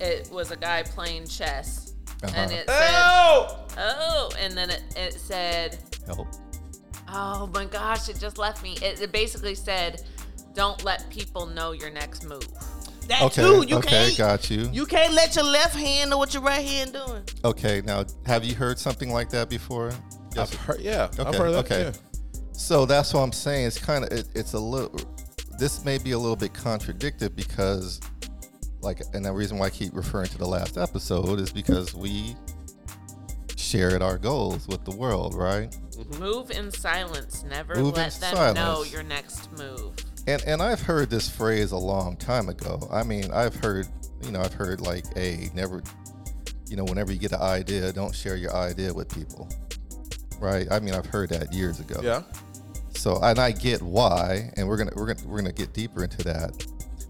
S4: it was a guy playing chess
S2: Uh-huh.
S4: and it said,
S3: Oh!
S4: oh, and then it, it said,
S2: Help.
S4: oh my gosh, it just left me. It, it basically said, don't let people know your next move.
S5: That
S2: Okay.
S5: too. You
S2: okay.
S5: can't.
S2: Got you.
S5: You can't let your left hand know what your right hand doing.
S2: Okay. Now, have you heard something like that before?
S3: I've heard, yeah. I've
S2: Okay,
S3: heard that.
S2: okay.
S3: yeah.
S2: So that's what I'm saying. It's kind of it, it's a little. This may be a little bit contradicted because, like, and the reason why I keep referring to the last episode is because we shared our goals with the world, right?
S4: Move in silence. Never
S2: Mm-hmm. Move in
S4: let them know
S2: silence.
S4: your next move.
S2: And and I've heard this phrase a long time ago. I mean, I've heard you know I've heard like a never, you know, whenever you get an idea, don't share your idea with people, right? I mean, I've heard that years ago.
S3: Yeah.
S2: So and I get why, and we're gonna we're gonna we're gonna get deeper into that.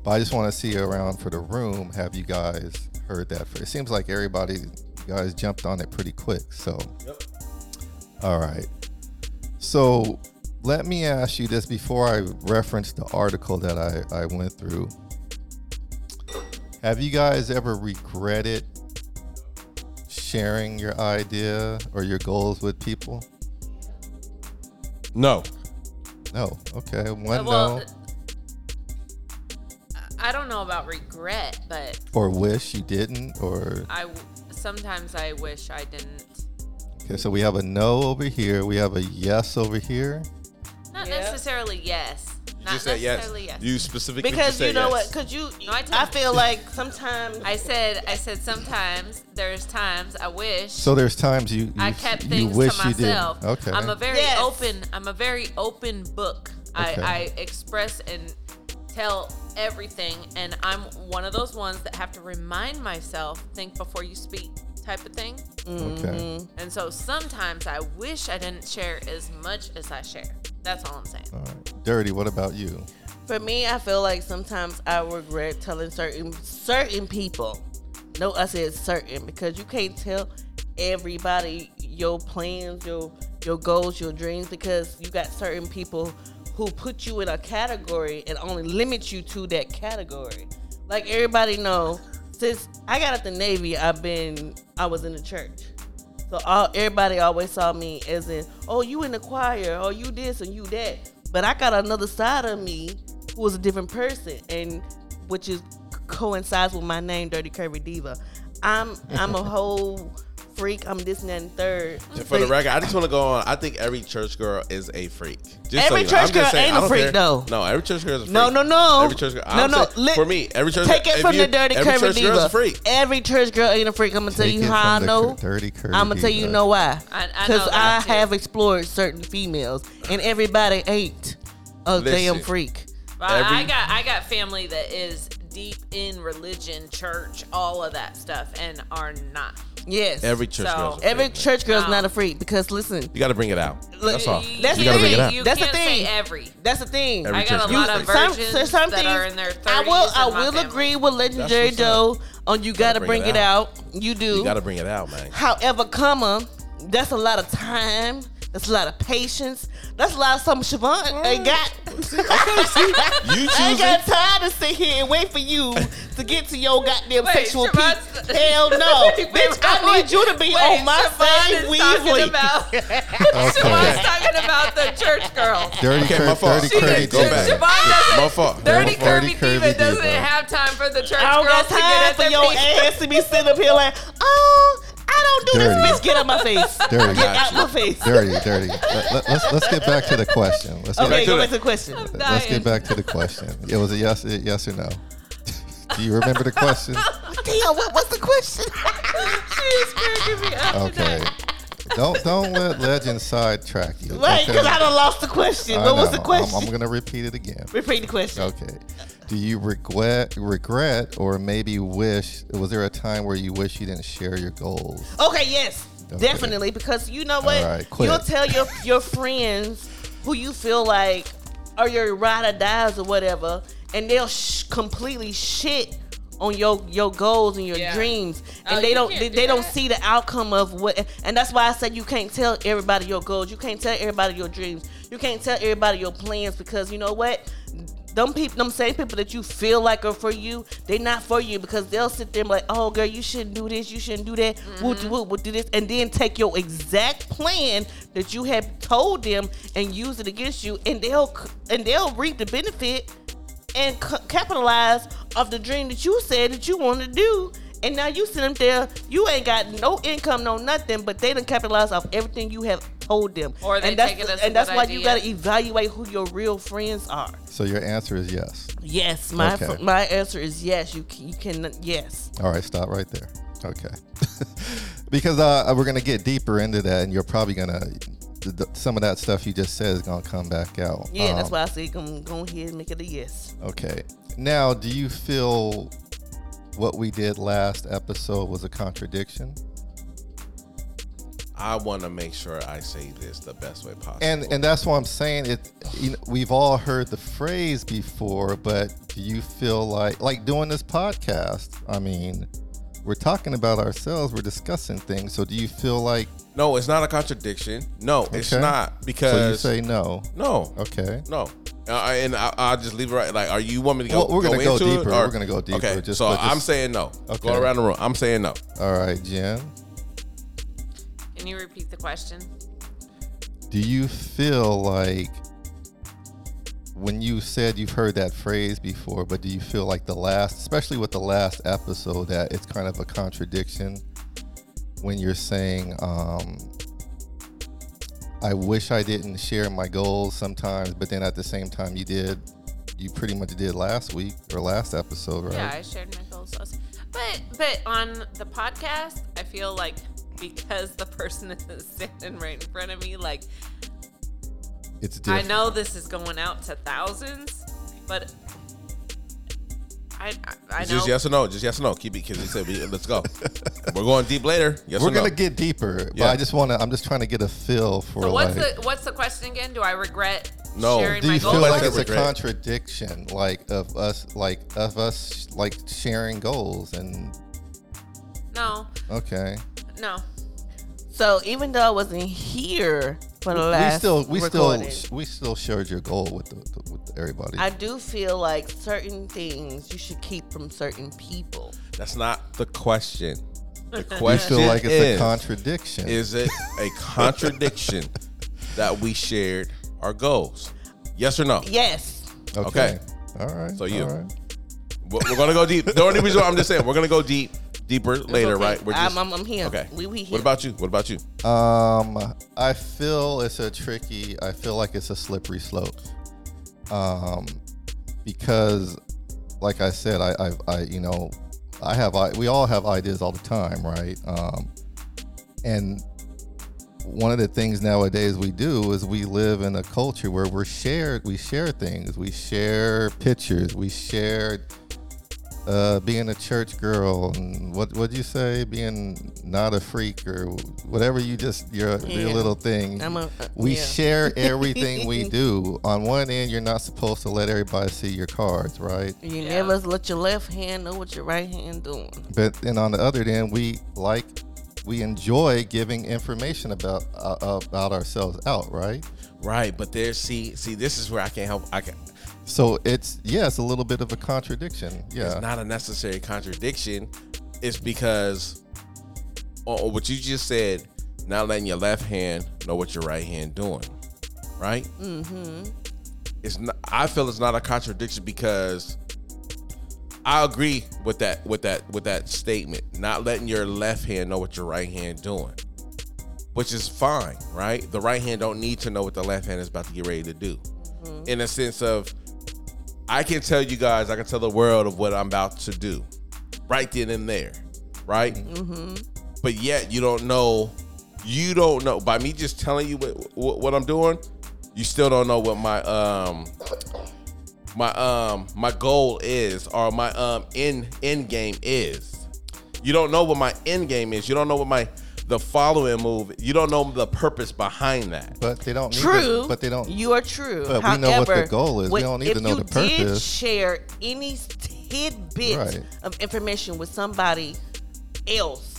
S2: But I just want to see around for the room. Have you guys heard that? It seems like everybody you guys jumped on it pretty quick. So
S3: Yep.
S2: all right. So let me ask you this before I reference the article that I, I went through. Have you guys ever regretted sharing your idea or your goals with people?
S3: No.
S2: No. Okay. One
S4: well,
S2: no.
S4: I don't know about regret, but
S2: Or wish you didn't. Or
S4: I w- sometimes I wish I didn't.
S2: okay. So we have a no over here. We have a yes over here.
S4: Not
S5: Yeah.
S4: necessarily yes.
S3: You
S4: Not
S3: just said yes.
S4: necessarily yes.
S3: You specifically
S5: Because
S3: just said
S5: you know
S3: yes.
S5: what? Cause you,
S4: No, I
S5: I,
S4: tell you.
S5: feel like sometimes
S4: I said I said sometimes there's times I wish
S2: So there's times you, you
S4: I kept
S2: you
S4: things
S2: wish
S4: to
S2: you
S4: myself.
S2: didn't. Okay.
S4: I'm a very
S5: Yes.
S4: open I'm a very open book.
S2: Okay.
S4: I, I express and tell everything and I'm one of those ones that have to remind myself, think before you speak type of thing.
S2: okay.
S5: Mm-hmm.
S4: And so sometimes I wish I didn't share as much as I share. That's all I'm saying.
S2: All right. Dirty. What about you?
S5: for me, I feel like sometimes I regret telling certain certain people. No, I said certain because you can't tell everybody your plans, your your goals, your dreams because you got certain people who put you in a category and only limit you to that category. Like everybody know, since I got out the Navy, I've been I was in the church. So all everybody always saw me as in, oh, you in the choir, oh, you this and you that. But I got another side of me who was a different person, and which is coincides with my name, Dirty Curvy Diva. I'm I'm a whole freak. I'm this and that and third.
S3: For the
S5: But-
S3: record, I just want to go on. I think every church girl is a freak. Just
S5: Every
S3: you know. I'm
S5: church girl
S3: just saying,
S5: ain't
S3: I
S5: a
S3: don't
S5: freak,
S3: care.
S5: though.
S3: No, every church girl is a freak.
S5: No, no, no.
S3: Every church girl.
S5: No,
S3: I'm
S5: no.
S3: saying,
S5: Let-
S3: for me, every church
S5: Take
S3: girl-
S5: it
S3: if
S5: from
S3: you-
S5: the dirty
S3: every church
S5: curvy
S3: girl is
S5: diva.
S3: a freak.
S5: Every church girl ain't a freak. I'm gonna tell
S2: Take
S5: you
S2: it
S5: how I
S2: from the
S5: know.
S2: cur- dirty curvy
S5: I'm gonna tell you
S2: diva.
S5: know why.
S4: I- I know
S5: Because I,
S4: that too.
S5: have explored certain females, and everybody ain't a
S3: Listen.
S5: damn freak.
S4: But
S3: Every-
S4: I got I got family that is deep in religion, church, all of that stuff, and are not.
S5: Yes.
S3: Every church
S4: So-
S3: girl.
S5: Every church girl's
S4: No.
S5: not a freak because listen,
S3: You got to bring it out. That's all.
S5: that's
S3: you
S5: the
S3: gotta bring it
S5: thing.
S3: out.
S4: You
S5: That's the
S4: can't
S5: thing.
S4: Say every.
S5: that's the thing.
S3: Every
S4: I got a
S3: church
S4: lot
S3: girl
S4: of
S3: is
S5: Some-
S4: virgins
S5: so some
S4: that are
S5: things-
S4: in their 30s.
S5: I will. I
S4: in my
S5: will
S4: family.
S5: agree with
S3: That's
S5: legendary
S3: what's up.
S5: Joe on you gotta bring, it out. You do.
S3: You got to bring it out, man.
S5: However, comma, that's a lot of time. That's a lot of patience. That's a lot of something Siobhan
S4: Mm.
S5: ain't got.
S3: You
S5: I ain't
S3: choose
S5: got time to sit here and wait for you to get to your goddamn
S4: Wait,
S5: sexual
S4: Siobhan's-
S5: peak. Hell no. Bitch, I need you to be
S4: Wait,
S5: on Oh, my
S4: Siobhan
S5: side
S4: is
S5: weekly.
S4: talking about. Siobhan's
S2: Okay.
S4: talking about the church girl.
S2: Dirty,
S3: Okay,
S2: cur-
S3: my fault.
S2: dirty,
S3: She
S2: curvy,
S3: did- Go
S2: diva.
S3: back.
S4: Siobhan doesn't.
S3: My fault.
S4: Dirty
S2: Dirty curvy
S4: curvy diva
S2: diva.
S4: doesn't have time for the church
S5: I don't
S4: girls
S5: got
S4: to get
S5: time
S4: at
S5: for
S4: their
S5: your
S4: feet.
S5: ass to be sitting up here like, oh, I don't do
S2: Dirty.
S5: this, bitch. Get out my face.
S2: Dirty.
S5: Get out my face.
S2: dirty, dirty. Let, us let's get back to the question. Let's, get,
S5: Okay,
S3: to
S5: go
S3: the-
S5: back to the question.
S4: I'm
S2: back, let's
S4: dying.
S2: get back to the question. It was a yes, a yes or no. Do you remember the question?
S5: Damn, what, what's the question?
S4: She's freaking me out
S2: Okay.
S4: tonight.
S2: Don't don't let legend sidetrack you.
S5: Right, because
S2: okay?
S5: I done lost the question.
S2: I
S5: What was
S2: know.
S5: the question?
S2: I'm, I'm gonna repeat it again.
S5: Repeat the question.
S2: Okay. Do you regret regret or maybe wish? Was there a time where you wish you didn't share your goals?
S5: Okay, yes,
S2: Okay.
S5: definitely. Because you know what,
S2: All right, quit.
S5: you'll tell your your friends who you feel like are your ride or dies or whatever, and they'll sh- completely shit on your your goals and your
S4: Yeah.
S5: dreams, and
S4: Oh,
S5: they
S4: you
S5: don't
S4: can't
S5: they,
S4: do
S5: they don't
S4: that.
S5: see the outcome of what. And that's why I said you can't tell everybody your goals, you can't tell everybody your dreams, you can't tell everybody your plans because you know what. Them people, them same people that you feel like are for you, they not for you because they'll sit there and be like, "Oh, girl, you shouldn't do this, you shouldn't do that, woo,
S4: Mm-hmm.
S5: do woo, woo, do this," and then take your exact plan that you have told them and use it against you, and they'll c- and they'll reap the benefit and c- capitalize off the dream that you said that you wanted to do. And now you sit them there, you ain't got no income, no nothing, but they done capitalize off everything you have told them.
S4: Or they
S5: and that's,
S4: take it as a
S5: and that's
S4: good
S5: why you
S4: idea.
S5: gotta evaluate who your real friends are.
S2: So your answer is yes.
S5: Yes, my
S2: Okay.
S5: my answer is yes. You can, you can yes.
S2: All right, stop right there. Okay. because uh, we're going to get deeper into that, and you're probably going to, some of that stuff you just said is going to come back out.
S5: Yeah, that's
S2: Um,
S5: why I say go go ahead and make it a yes.
S2: Okay. Now, do you feel what we did last episode was a contradiction?
S3: I want to make sure I say this the best way possible.
S2: And and that's why I'm saying it. You know, we've all heard the phrase before, but do you feel like like doing this podcast? I mean, we're talking about ourselves. We're discussing things. So do you feel like?
S3: no, it's not a contradiction. No, it's
S2: Okay.
S3: not
S2: So you
S3: because
S2: say no.
S3: no,
S2: Okay.
S3: no. Uh, I- and I, I'll just leave it right. Like, are you want me to go?
S2: Well, we're gonna go
S3: into it,
S2: deeper.
S3: or-
S2: We're gonna go deeper,
S3: Okay,
S2: just-
S3: so
S2: but just-
S3: I'm saying no.
S2: Okay.
S3: Go around the room. I'm saying no.
S2: All right, Jen.
S4: Can you repeat the question?
S2: Do you feel like when you said you've heard that phrase before, but do you feel like the last, especially with the last episode, that it's kind of a contradiction when you're saying, um, I wish I didn't share my goals sometimes, but then at the same time, you did, you pretty much did last week or last episode, right?
S4: Yeah, I shared my goals. also. But but on the podcast, I feel like because the person is sitting right in front of me, like
S2: It's different.
S4: I know this is going out to thousands, but I I, I
S3: It's
S4: know
S3: just yes or no. Just yes or no. Keep it because they said we- let's go. We're going deep later. Yes
S2: We're
S3: or no.
S2: gonna get deeper, but
S3: Yeah.
S2: I just wanna. I'm just trying to get a feel for
S4: So
S2: like.
S4: what's the what's the question again? Do I regret
S3: No.
S4: sharing
S2: do
S4: my
S2: you
S4: goals?
S2: feel like it's a
S3: Regret.
S2: contradiction like of us like of us like sharing goals and
S4: no,
S2: okay
S4: no.
S5: So even though I wasn't here for the
S2: we
S5: last,
S2: still we
S5: recording,
S2: still we still shared your goal with the, with everybody
S5: I do feel like certain things you should keep from certain people.
S3: That's not the question. The
S2: you
S3: question
S2: feel like it's
S3: is,
S2: a contradiction
S3: is it a contradiction that we shared our goals? Yes or no?
S5: Yes.
S2: okay. all right
S3: So you-
S2: all right.
S3: We're, we're gonna go deep. The only reason why I'm just saying we're gonna go deep, deeper later,
S5: Okay.
S3: right? We're
S5: I'm, I'm, I'm here.
S3: okay.
S5: We, we here.
S3: What about you? What about you?
S2: um i feel it's a tricky i feel like it's a slippery slope um because like i said i i, I you know i have I, we all have ideas all the time right um and one of the things nowadays we do is we live in a culture where we're shared we share things we share pictures we share uh, being a church girl and what what'd you say being not a freak or whatever you just your, your
S5: Yeah.
S2: little thing
S5: I'm a- uh,
S2: we
S5: yeah.
S2: share everything we do on one end you're not supposed to let everybody see your cards right
S5: You never let your left hand know what your right hand doing.
S2: but then on the other end we like we enjoy giving information about uh, about ourselves out right
S3: Right, but there's see, see, this is where I can't help. I can.
S2: so it's yeah it's a little bit of a contradiction yeah
S3: It's not a necessary contradiction. It's because uh, what you just said, not letting your left hand know what your right hand doing, right? Mm-hmm. It's not. I feel it's not a contradiction because I agree with that with that with that statement. Not letting your left hand know what your right hand doing, which is fine, right? The right hand don't need to know what the left hand is about to get ready to do. In a sense of, I can tell you guys, I can tell the world of what I'm about to do, right then and there, right?
S5: Mm-hmm.
S3: But yet you don't know, you don't know. By me just telling you what, what, what I'm doing, you still don't know what my um my um my goal is or my um end end game is. You don't know what my end game is. You don't know what my the following move. You don't know the purpose behind that.
S2: but they don't need to-
S5: True.
S2: but they don't
S5: You are true.
S2: But we
S5: However,
S2: know what the goal is. We
S5: what-
S2: don't need to know the
S5: If you did
S2: purpose.
S5: share any tidbit
S2: Right.
S5: of information with somebody else,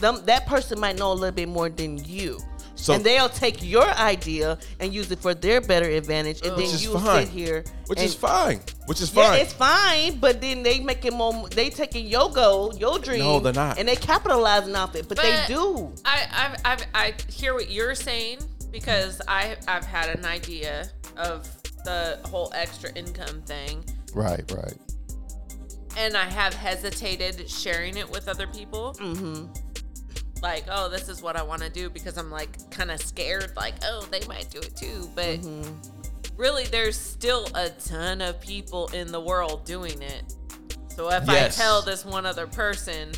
S5: them, that person might know a little bit more than you.
S3: So-
S5: and they'll take your idea and use it for their better advantage, and then
S3: Which is
S5: you
S3: fine.
S5: sit here,
S3: Which
S5: and-
S3: is fine. Which is
S5: Yeah,
S3: fine.
S5: it's fine, but then they making more. They taking your goal, your dream.
S3: No, they're not.
S5: and they capitalizing off it. But,
S4: But-
S5: they do.
S4: I I've, I've, I hear what you're saying because I I've had an idea of the whole extra income thing,
S2: Right, right.
S4: and I have hesitated sharing it with other people. Mm-hmm. Like, oh, this is what I want to do because I'm like kind of scared. Like, oh, they might do it too, but. Really, there's still a ton of people in the world doing it. So if
S3: Yes.
S4: I tell this one other person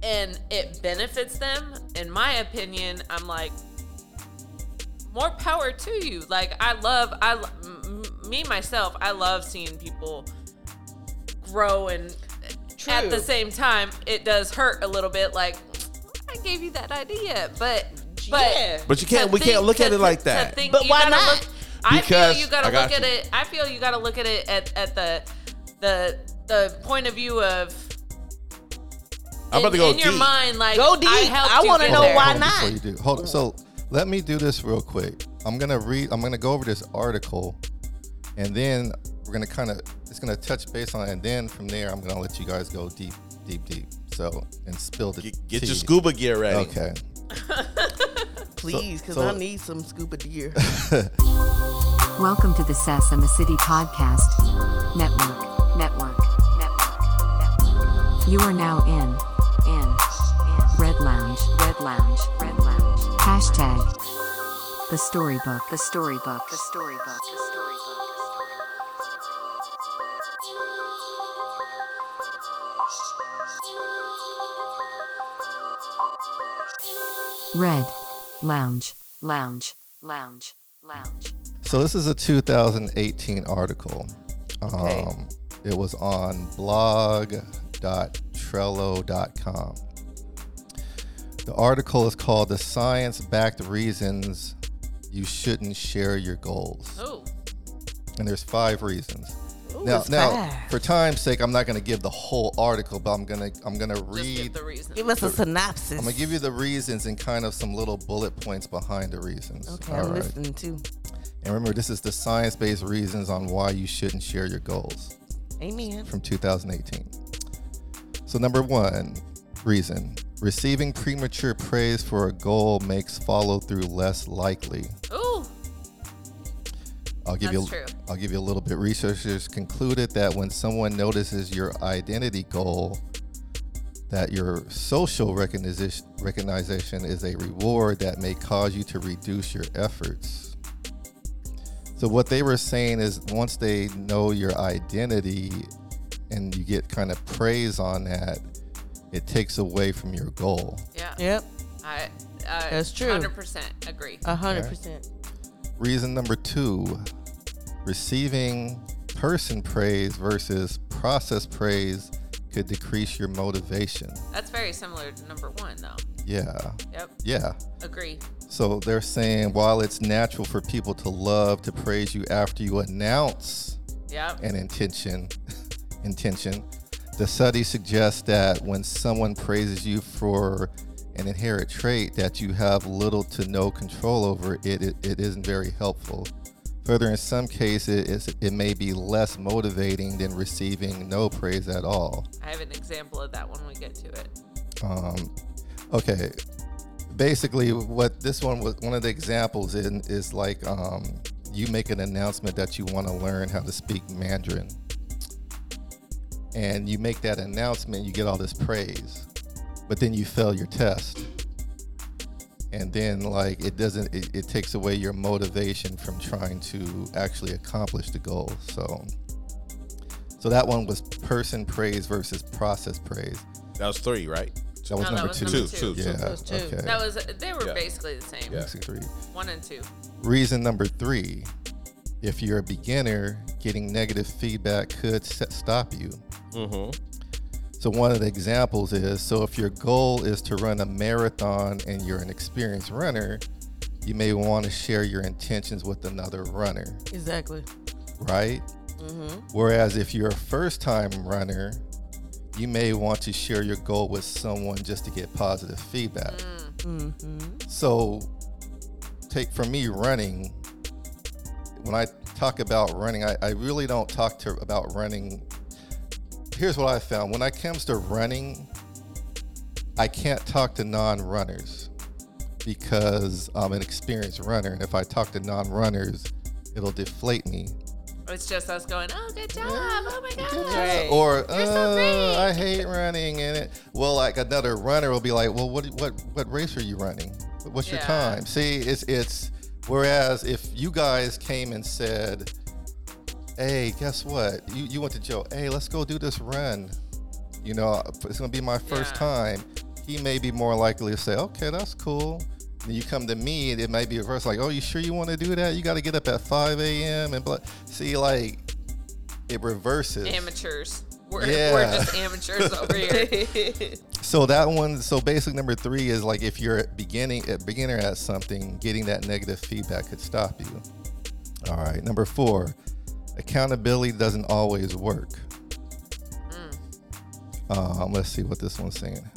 S4: and it benefits them, in my opinion, I'm like, more power to you. Like I love, I l- m- m- me myself, I love seeing people grow and at
S5: True.
S4: the same time, it does hurt a little bit. Like I gave you that idea, but but
S5: Yeah.
S3: but you can't.
S4: to
S3: We can't
S4: think-
S3: look
S4: to-
S3: at it
S4: to-
S3: like
S4: to
S3: that.
S4: think
S5: But
S4: you
S5: why
S4: gotta
S5: not?
S4: look- I feel
S3: Because-
S4: you gotta
S3: I got
S4: look at
S3: you.
S4: it. I feel you gotta look at it at, at the the the point of view of
S3: I'm about
S4: in,
S3: to go
S4: in your
S3: deep.
S4: mind. Like
S5: Go deep.
S4: I, helped
S5: I
S4: you
S5: wanna
S4: get
S5: know
S4: there.
S5: why
S2: Hold on,
S5: not?
S2: Before you do, hold on. So let me do this real quick. I'm gonna read. I'm gonna go over this article, and then we're gonna kind of it's gonna touch base on, it, and then from there I'm gonna let you guys go deep, deep, deep. So and spill the
S3: Get, get
S2: tea.
S3: your scuba gear ready.
S2: Okay.
S5: Please, because
S2: so-
S5: I need some scuba gear.
S1: Welcome to the Sasama City Podcast Network. Network. Network. Network. You are now in. In. in Red Lounge. Red Lounge. Red Lounge. Hashtag. The Storybook. The Storybook. The Storybook. The Storybook. Red. Lounge. Lounge. Lounge. Lounge.
S2: So this is a 2018 article.
S5: Okay.
S2: Um, it was on blog.trello.com. The article is called "The Science-Backed Reasons You Shouldn't Share Your Goals."
S4: Ooh.
S2: and there's five reasons.
S5: Oh. Ooh,
S2: now,
S5: it's
S2: now,
S5: five.
S2: for time's sake, I'm not going to give the whole article, but I'm gonna I'm gonna
S4: Just give
S2: read.
S4: the reason.
S5: Give us a synopsis.
S2: I'm gonna give you the reasons and kind of some little bullet points behind the reasons.
S5: Okay,
S2: All
S5: I'm
S2: right.
S5: listening too.
S2: And remember, this is the science-based reasons on why you shouldn't share your goals
S5: Amen.
S2: from 2018. So number one reason: receiving premature praise for a goal makes follow-through less likely.
S4: Ooh.
S2: I'll give you.
S4: That's true.
S2: I'll give you a little bit. Researchers concluded that when someone notices your identity goal, that your social recognition recognition is a reward that may cause you to reduce your efforts. So what they were saying is once they know your identity and you get kind of praise on that, it takes away from your goal.
S4: Yeah.
S5: Yep,
S4: I, I
S5: That's true.
S4: 100% agree.
S5: a hundred percent.
S2: Reason number two receiving person praise versus process praise could decrease your motivation.
S4: That's very similar to number one, though.
S2: Yeah.
S4: Yep.
S2: Yeah.
S4: Agree.
S2: So they're saying while it's natural for people to love to praise you after you announce
S4: Yep.
S2: an intention, intention, the study suggests that when someone praises you for an inherent trait that you have little to no control over, it it, it isn't very helpful. Further, in some cases, it's, it may be less motivating than receiving no praise at all.
S4: I have an example of that when we get to it.
S2: Um, okay. Basically, what this one was one of the examples in is like um, you make an announcement that you want to learn how to speak Mandarin, and you make that announcement, you get all this praise, but then you fail your test, and then like it doesn't, it, it takes away your motivation from trying to actually accomplish the goal. So, so that one was person praise versus process praise.
S3: That was three, right?
S2: That was
S4: No, Oh, that
S2: number
S4: was
S2: two.
S4: number
S3: Two, two, two.
S2: Yeah.
S5: Those two.
S2: Okay.
S4: That was they were
S3: Yeah.
S4: basically the same.
S3: Yeah.
S2: Two, three.
S4: One and two.
S2: Reason number three: if you're a beginner, getting negative feedback could set, stop you.
S3: Mm-hmm.
S2: So one of the examples is: so if your goal is to run a marathon and you're an experienced runner, you may want to share your intentions with another runner,
S5: Exactly.
S2: right? Whereas if you're a first-time runner, you may want to share your goal with someone just to get positive feedback. So, take for me running. When I talk about running, I, I really don't talk to about running. Here's what I found: when it comes to running, I can't talk to non-runners because I'm an experienced runner, and if I talk to non-runners, it'll deflate me.
S4: It's just us going, oh, good job. Oh, my God.
S2: Or
S4: You're so
S2: "Uh,
S4: great."
S2: I hate running, and it well, like another runner will be like, well, what what what race are you running? What's your
S4: Yeah.
S2: time? See, it's it's. Whereas if you guys came and said, hey, guess what? You you went to Joe. Hey, let's go do this run. You know, it's gonna be my first
S4: Yeah.
S2: time. He may be more likely to say, okay, that's cool. Then you come to me, and it may be a verse like, oh, you sure you want to do that? You got to get up at 5 a.m. and blah. See, like. It reverses.
S4: Amateurs. We're, we're
S2: Yeah.
S4: just amateurs over here.
S2: So that one, so basic number three is like if you're at beginning a beginner at something, getting that negative feedback could stop you. All right, number four, accountability doesn't always work. Um, let's see what this one's saying.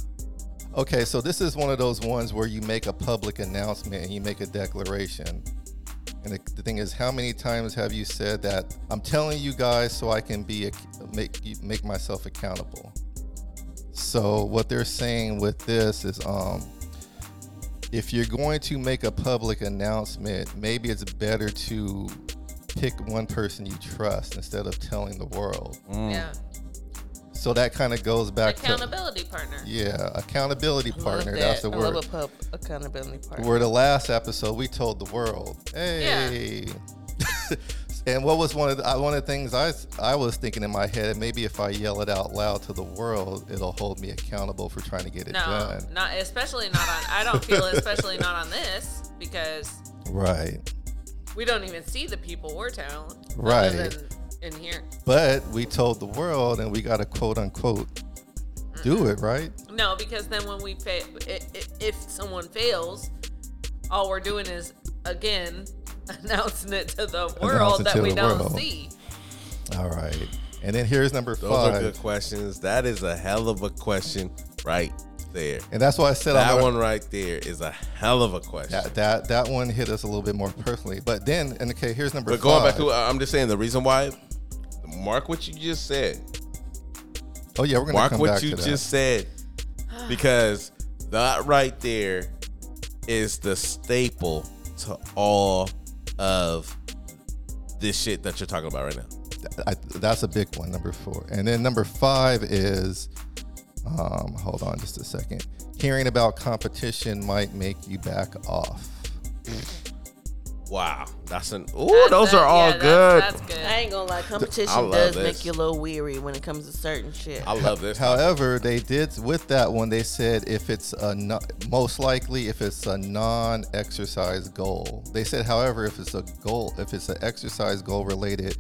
S2: Okay, so this is one of those ones where you make a public announcement and you make a declaration. And the, the thing is, how many times have you said that I'm telling you guys so I can be ac- make you- make myself accountable? So what they're saying with this is, um, if you're going to make a public announcement, maybe it's better to pick one person you trust instead of telling the world.
S5: Mm.
S2: Mm.
S4: yeah.
S2: So that kind of goes back to
S4: Accountability partner.
S2: yeah, accountability partner.
S5: Love
S2: That's
S5: that.
S2: the
S5: I love
S2: word.
S5: a pub accountability partner.
S2: Where the last episode we told the world, hey. and what was one of the, I- one of the things I s- I was thinking in my head? Maybe if I yell it out loud to the world, it'll hold me accountable for trying to get it
S4: No,
S2: done.
S4: not especially not on. I don't feel especially not on this because
S2: Right.
S4: we don't even see the people we're telling. other
S2: Right.
S4: than In here,
S2: But we told the world and we got to quote unquote
S3: Mm-hmm.
S2: do it, right?
S4: no, because then when we fa- i- i- if someone fails, all we're doing is again announcing it to the world
S2: it
S4: that
S2: to
S4: we
S2: the
S4: don't
S2: world.
S4: see.
S2: All right. And then here's number
S3: Those are
S2: five.
S3: good questions. That is a hell of a question right there.
S2: And that's why I said
S3: That
S2: I'm
S3: one right there is a hell of a question.
S2: That, that that one hit us a little bit more personally. But then, and okay, here's number
S3: But going
S2: five.
S3: back to, I'm just saying the reason why. Mark what you just said.
S2: oh yeah, we're gonna
S3: Mark
S2: come
S3: what
S2: back
S3: you
S2: to that.
S3: just said, because that right there is the staple to all of this shit that you're talking about right now.
S2: I, that's a big one, number four. And then number five is, um, hold on just a second. Hearing about competition might make you back off.
S3: Wow, that's an. Ooh,
S4: That's
S3: those
S4: a-
S3: are all
S4: yeah,
S3: good.
S4: That's, that's good.
S5: I ain't gonna lie,
S3: I
S5: competition
S3: love
S5: does
S3: this.
S5: make you a little weary when it comes to certain shit.
S3: I love this.
S2: However, they did with that one. They said if it's a no, most likely if it's a non-exercise goal. They said, however, if it's a goal, if it's an exercise goal related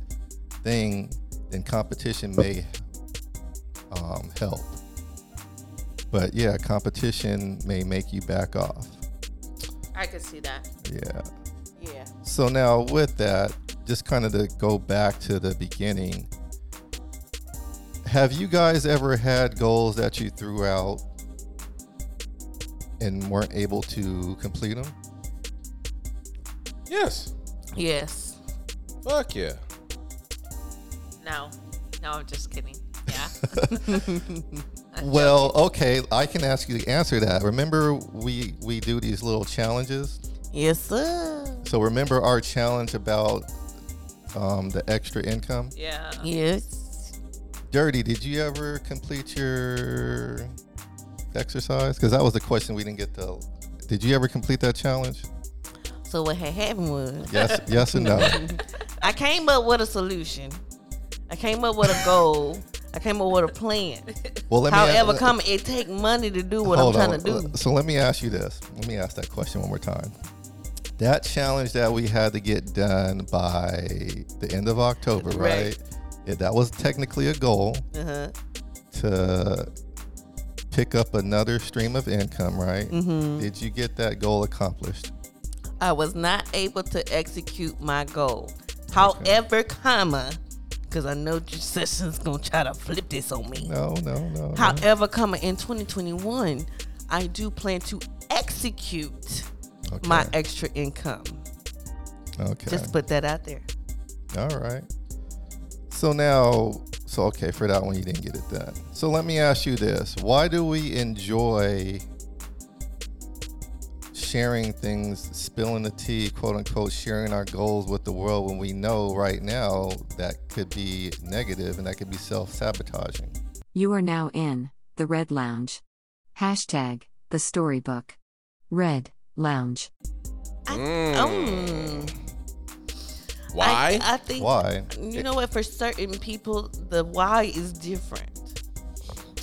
S2: thing, then competition may um, help. But yeah, competition may make you back off.
S4: I could see that.
S2: Yeah.
S5: Yeah.
S2: So now with that, just kind of to go back to the beginning. Have you guys ever had goals that you threw out and weren't able to complete them?
S3: Yes.
S5: Yes.
S3: Fuck yeah.
S4: No, no, I'm just kidding. Yeah,
S2: Well, okay, I can ask you to answer that. Remember we we do these little challenges?
S5: Yes, sir.
S2: So remember our challenge about um, the extra income?
S4: yeah.
S5: Yes.
S2: Dirty, did you ever complete your exercise? Because that was the question we didn't get to. Did you ever complete that challenge?
S5: So what had happened was
S2: Yes, yes, or no?
S5: I came up with a solution. I came up with a goal. I came up with a plan.
S2: Well, let
S5: However,
S2: me.
S5: come it take money to do what
S2: hold
S5: I'm
S2: on.
S5: trying to do.
S2: So let me ask you this. Let me ask that question one more time. That challenge that we had to get done by the end of October, right?
S5: Right.
S2: Yeah, that was technically a goal
S5: Uh-huh.
S2: to pick up another stream of income, right?
S5: Mm-hmm.
S2: Did you get that goal accomplished?
S5: I was not able to execute my goal. However, comma, because I know your session's gonna try to flip this on me.
S2: No, no, no. no.
S5: However, coming in 2021, I do plan to execute
S2: Okay.
S5: my extra income.
S2: okay.
S5: Just put that out there.
S2: All right. So now, so okay, for that one you didn't get it done. So let me ask you this: Why do we enjoy sharing things, spilling the tea, quote unquote, sharing our goals with the world when we know right now that could be negative and that could be self-sabotaging?
S1: You are now in the Red Lounge. Hashtag the storybook. Red Lounge.
S5: I,
S3: Mm.
S5: um, I-
S3: Why?
S5: I, think
S2: Why?
S5: you know what? For certain people, the why is different.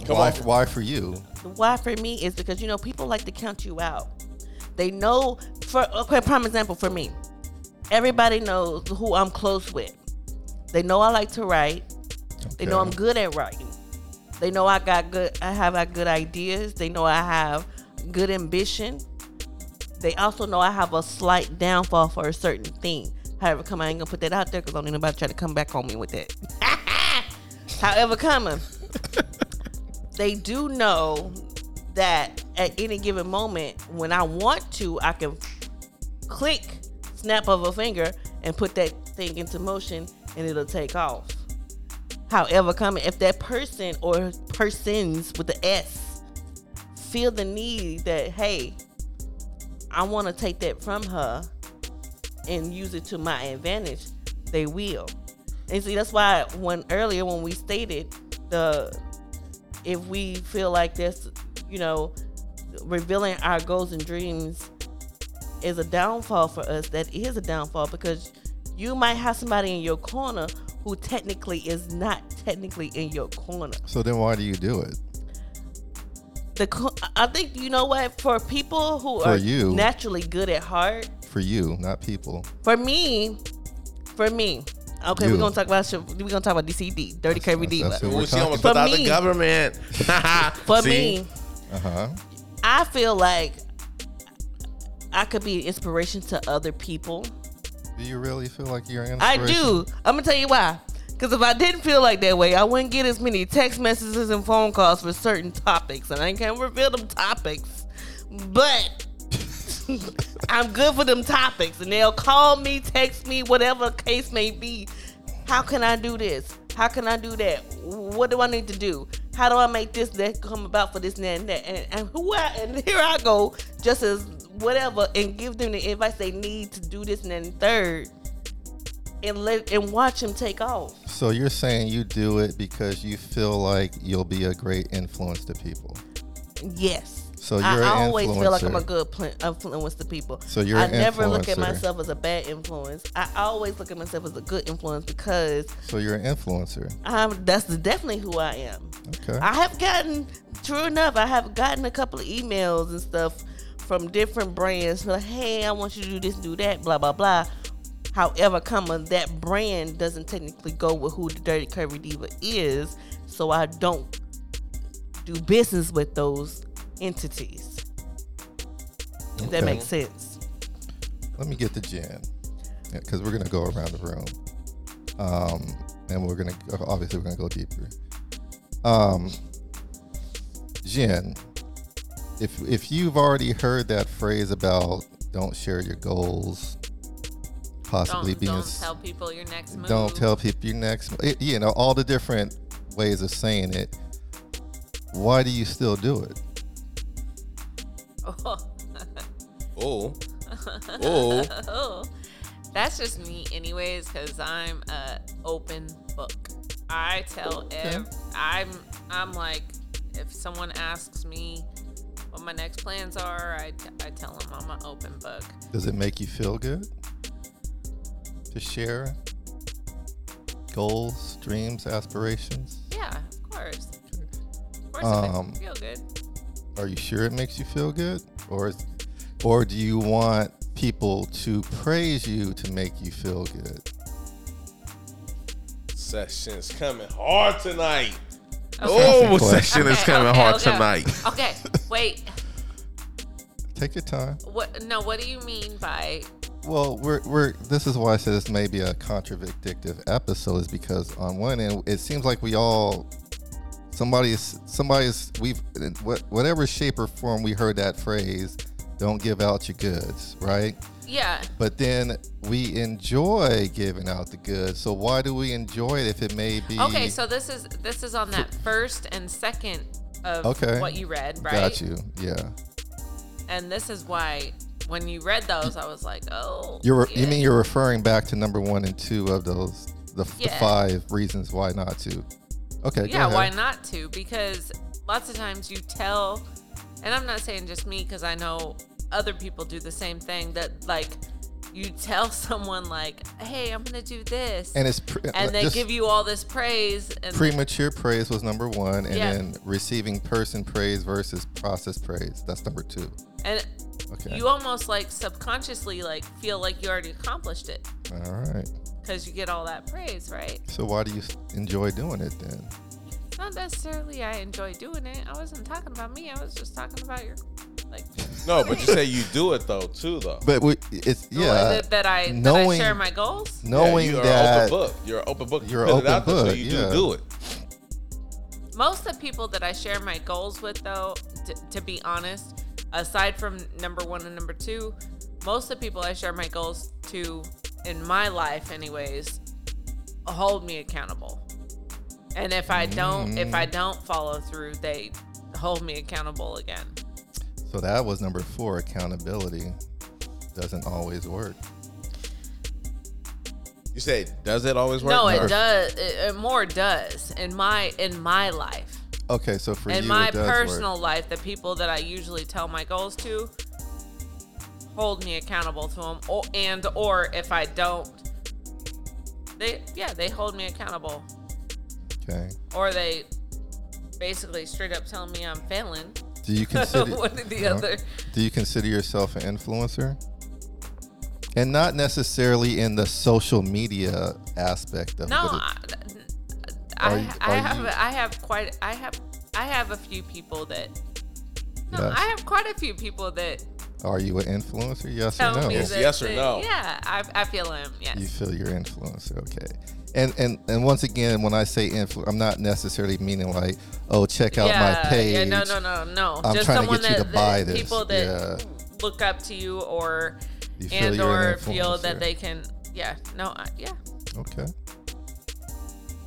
S3: Come
S2: Why?
S3: on.
S2: Why for you?
S5: The why for me is because you know people like to count you out. They know for okay, prime example for me. Everybody knows who I'm close with. They know I like to write. They know
S2: Okay.
S5: I'm good at writing. They know I got good I have uh, good ideas. They know I have good ambition. They also know I have a slight downfall for a certain thing. However, come I ain't gonna put that out there because don't need nobody try to come back on me with that. However, coming they do know that at any given moment when I want to, I can click, snap of a finger, and put that thing into motion and it'll take off. However, coming if that person or persons with the S feel the need that, hey, I want to take that from her and use it to my advantage, they will. And see, that's why when earlier when we stated the if we feel like this, you know, revealing our goals and dreams is a downfall for us, that is a downfall because you might have somebody in your corner who technically is not technically in your corner.
S2: So then, why do you do it?
S5: The co- I think you know what for people who
S2: For
S5: are
S2: you.
S5: naturally good at heart.
S2: For you, not people.
S5: For me, for me, okay,
S2: You.
S5: we're gonna talk about shit- we're gonna talk about DCD, Dirty Curvy
S2: That's- that's
S5: Diva.
S2: who
S3: Ooh,
S2: we're
S3: she
S2: talking.
S3: almost
S5: For
S3: put out the
S5: me-
S3: government.
S5: For
S3: See?
S5: me,
S2: Uh huh.
S5: I feel like I could be an inspiration to other people.
S2: Do you really feel like you're an
S5: I
S2: inspiration?
S5: do. I'm gonna tell you why. Because if I didn't feel like that way, I wouldn't get as many text messages and phone calls for certain topics, and I can't reveal them topics. But I'm good for them topics, and they'll call me, text me, whatever the case may be. How can I do this? How can I do that? What do I need to do? How do I make this that come about for this and that and that? And, and who I, and here I go, just as whatever, and give them the advice they need to do this and then third, and let and watch him take off.
S2: So you're saying you do it because you feel like you'll be a great influence to people.
S5: Yes.
S2: So you're
S5: I
S2: an
S5: always feel like I'm a
S2: influencer.
S5: good pl- influence to people.
S2: So you're
S5: I
S2: an
S5: never look at
S2: influencer.
S5: myself as a bad influence. I always look at myself as a good influence because
S2: So you're an influencer.
S5: I'm that's definitely who I am.
S2: Okay.
S5: I have gotten, true enough, I have gotten a couple of emails and stuff from different brands. Like, hey, I want you to do this, do that, blah blah blah. However, comma that brand doesn't technically go with who the Dirty Curvy Diva is, so I don't do business with those entities. If
S2: Okay.
S5: that makes sense.
S2: Let me get to Jen because we're gonna go around the room, um, and we're gonna obviously we're gonna go deeper. Um, Jen, if if you've already heard that phrase about don't share your goals, possibly
S4: Don't,
S2: being
S4: don't
S2: s-
S4: tell people your next move.
S2: Don't tell people your next. It, you know all the different ways of saying it. Why do you still do it?
S3: Oh. Oh.
S4: oh, that's just me, anyways, because I'm a open book. I tell ev- I'm I'm like if someone asks me what my next plans are, I, t- I tell them I'm an open book.
S2: Does it make you feel good to share goals, dreams, aspirations?
S4: Yeah, of course. Of course, it
S2: Um,
S4: makes me feel good.
S2: Are you sure it makes you feel good, or is, or do you want people to praise you to make you feel good?
S3: Session's coming hard tonight.
S2: Okay.
S3: Oh, session is
S4: Okay,
S3: coming
S4: okay,
S3: hard
S4: okay.
S3: tonight.
S4: Okay, wait.
S2: Take your time.
S4: What? No. What do you mean by?
S2: Well, we're, we're this is why I said this may be a contradictive episode is because on one end it seems like we all somebody's somebody's we've in what- whatever shape or form we heard that phrase Don't give out your goods, right?
S4: Yeah.
S2: But then we enjoy giving out the goods. So why do we enjoy it if it may be
S4: Okay, so this is this is on that first and second of
S2: Okay.
S4: what you read, right?
S2: got you? Yeah.
S4: And this is why when you read those, I was like, oh.
S2: You're
S4: yeah.
S2: you mean you're referring back to number one and two of those the, the
S4: Yeah.
S2: five reasons why not to. Okay, go
S4: Yeah,
S2: ahead.
S4: why not to? Because lots of times you tell, and I'm not saying just me, because I know other people do the same thing that like you tell someone like, hey, I'm gonna do this, and,
S2: And it's pre-
S4: they
S2: just
S4: give you all this praise, and
S2: premature praise was number one, and
S4: Yeah.
S2: then receiving person praise versus process praise. That's number two.
S4: and
S2: Okay.
S4: you almost like subconsciously like feel like you already accomplished it
S2: All right.
S4: because you get all that praise, right?
S2: So why do you s- enjoy doing it then?
S4: Not necessarily. I enjoy doing it. I wasn't talking about me. I was just talking about your like
S3: No, but you say you do it though too though.
S2: But we, it's yeah,
S4: that, that I
S2: knowing-
S4: that I share my goals.
S2: knowing
S3: yeah, you're an
S2: that
S3: open book. You're an open book.
S2: You're
S3: You're
S2: an
S3: an
S2: open
S3: it out there, So
S2: book,
S3: you
S2: yeah.
S3: do do it.
S4: most of the people that I share my goals with, though, t- to be honest, aside from number one and number two, most of the people I share my goals to in my life, anyways, hold me accountable. And if I don't, if
S2: Mm.
S4: I don't follow through, they hold me accountable again.
S2: so that was number four. Accountability doesn't always work.
S3: You say, does it always work?
S4: No, it
S2: Or-
S4: does. It, it more does in my in my life.
S2: Okay, so for
S4: in
S2: you,
S4: my
S2: it does work.
S4: personal life, the people that I usually tell my goals to hold me accountable to them, or, and or if I don't, they yeah they hold me accountable,
S2: Okay.
S4: or they basically straight up tell me I'm failing.
S2: Do you consider
S4: One or the
S2: Yeah.
S4: other.
S2: Do you consider yourself an influencer? And not necessarily in the social media aspect of
S4: No,
S2: it.
S4: I, I,
S2: Are you-
S4: I
S2: are
S4: have
S2: you-
S4: I have quite I have I have a few people that no
S2: Yes.
S4: I have quite a few people that
S2: Are you an influencer? Yes
S4: tell
S2: or no?
S4: me that
S3: yes or
S4: they-
S3: no.
S4: yeah I, I feel them yes
S2: You feel your influence, okay? And and and once again, when I say influence, I'm not necessarily meaning like, oh, check out my page.
S4: Yeah, no, no, no, no.
S2: I'm
S4: Just
S2: trying to
S4: someone
S2: get you
S4: that,
S2: to buy
S4: that
S2: this.
S4: people that
S2: Yeah.
S4: look up to you or
S2: You feel
S4: and
S2: you're an
S4: or feel
S2: influencer.
S4: that they can. Yeah, no, I, yeah.
S2: Okay.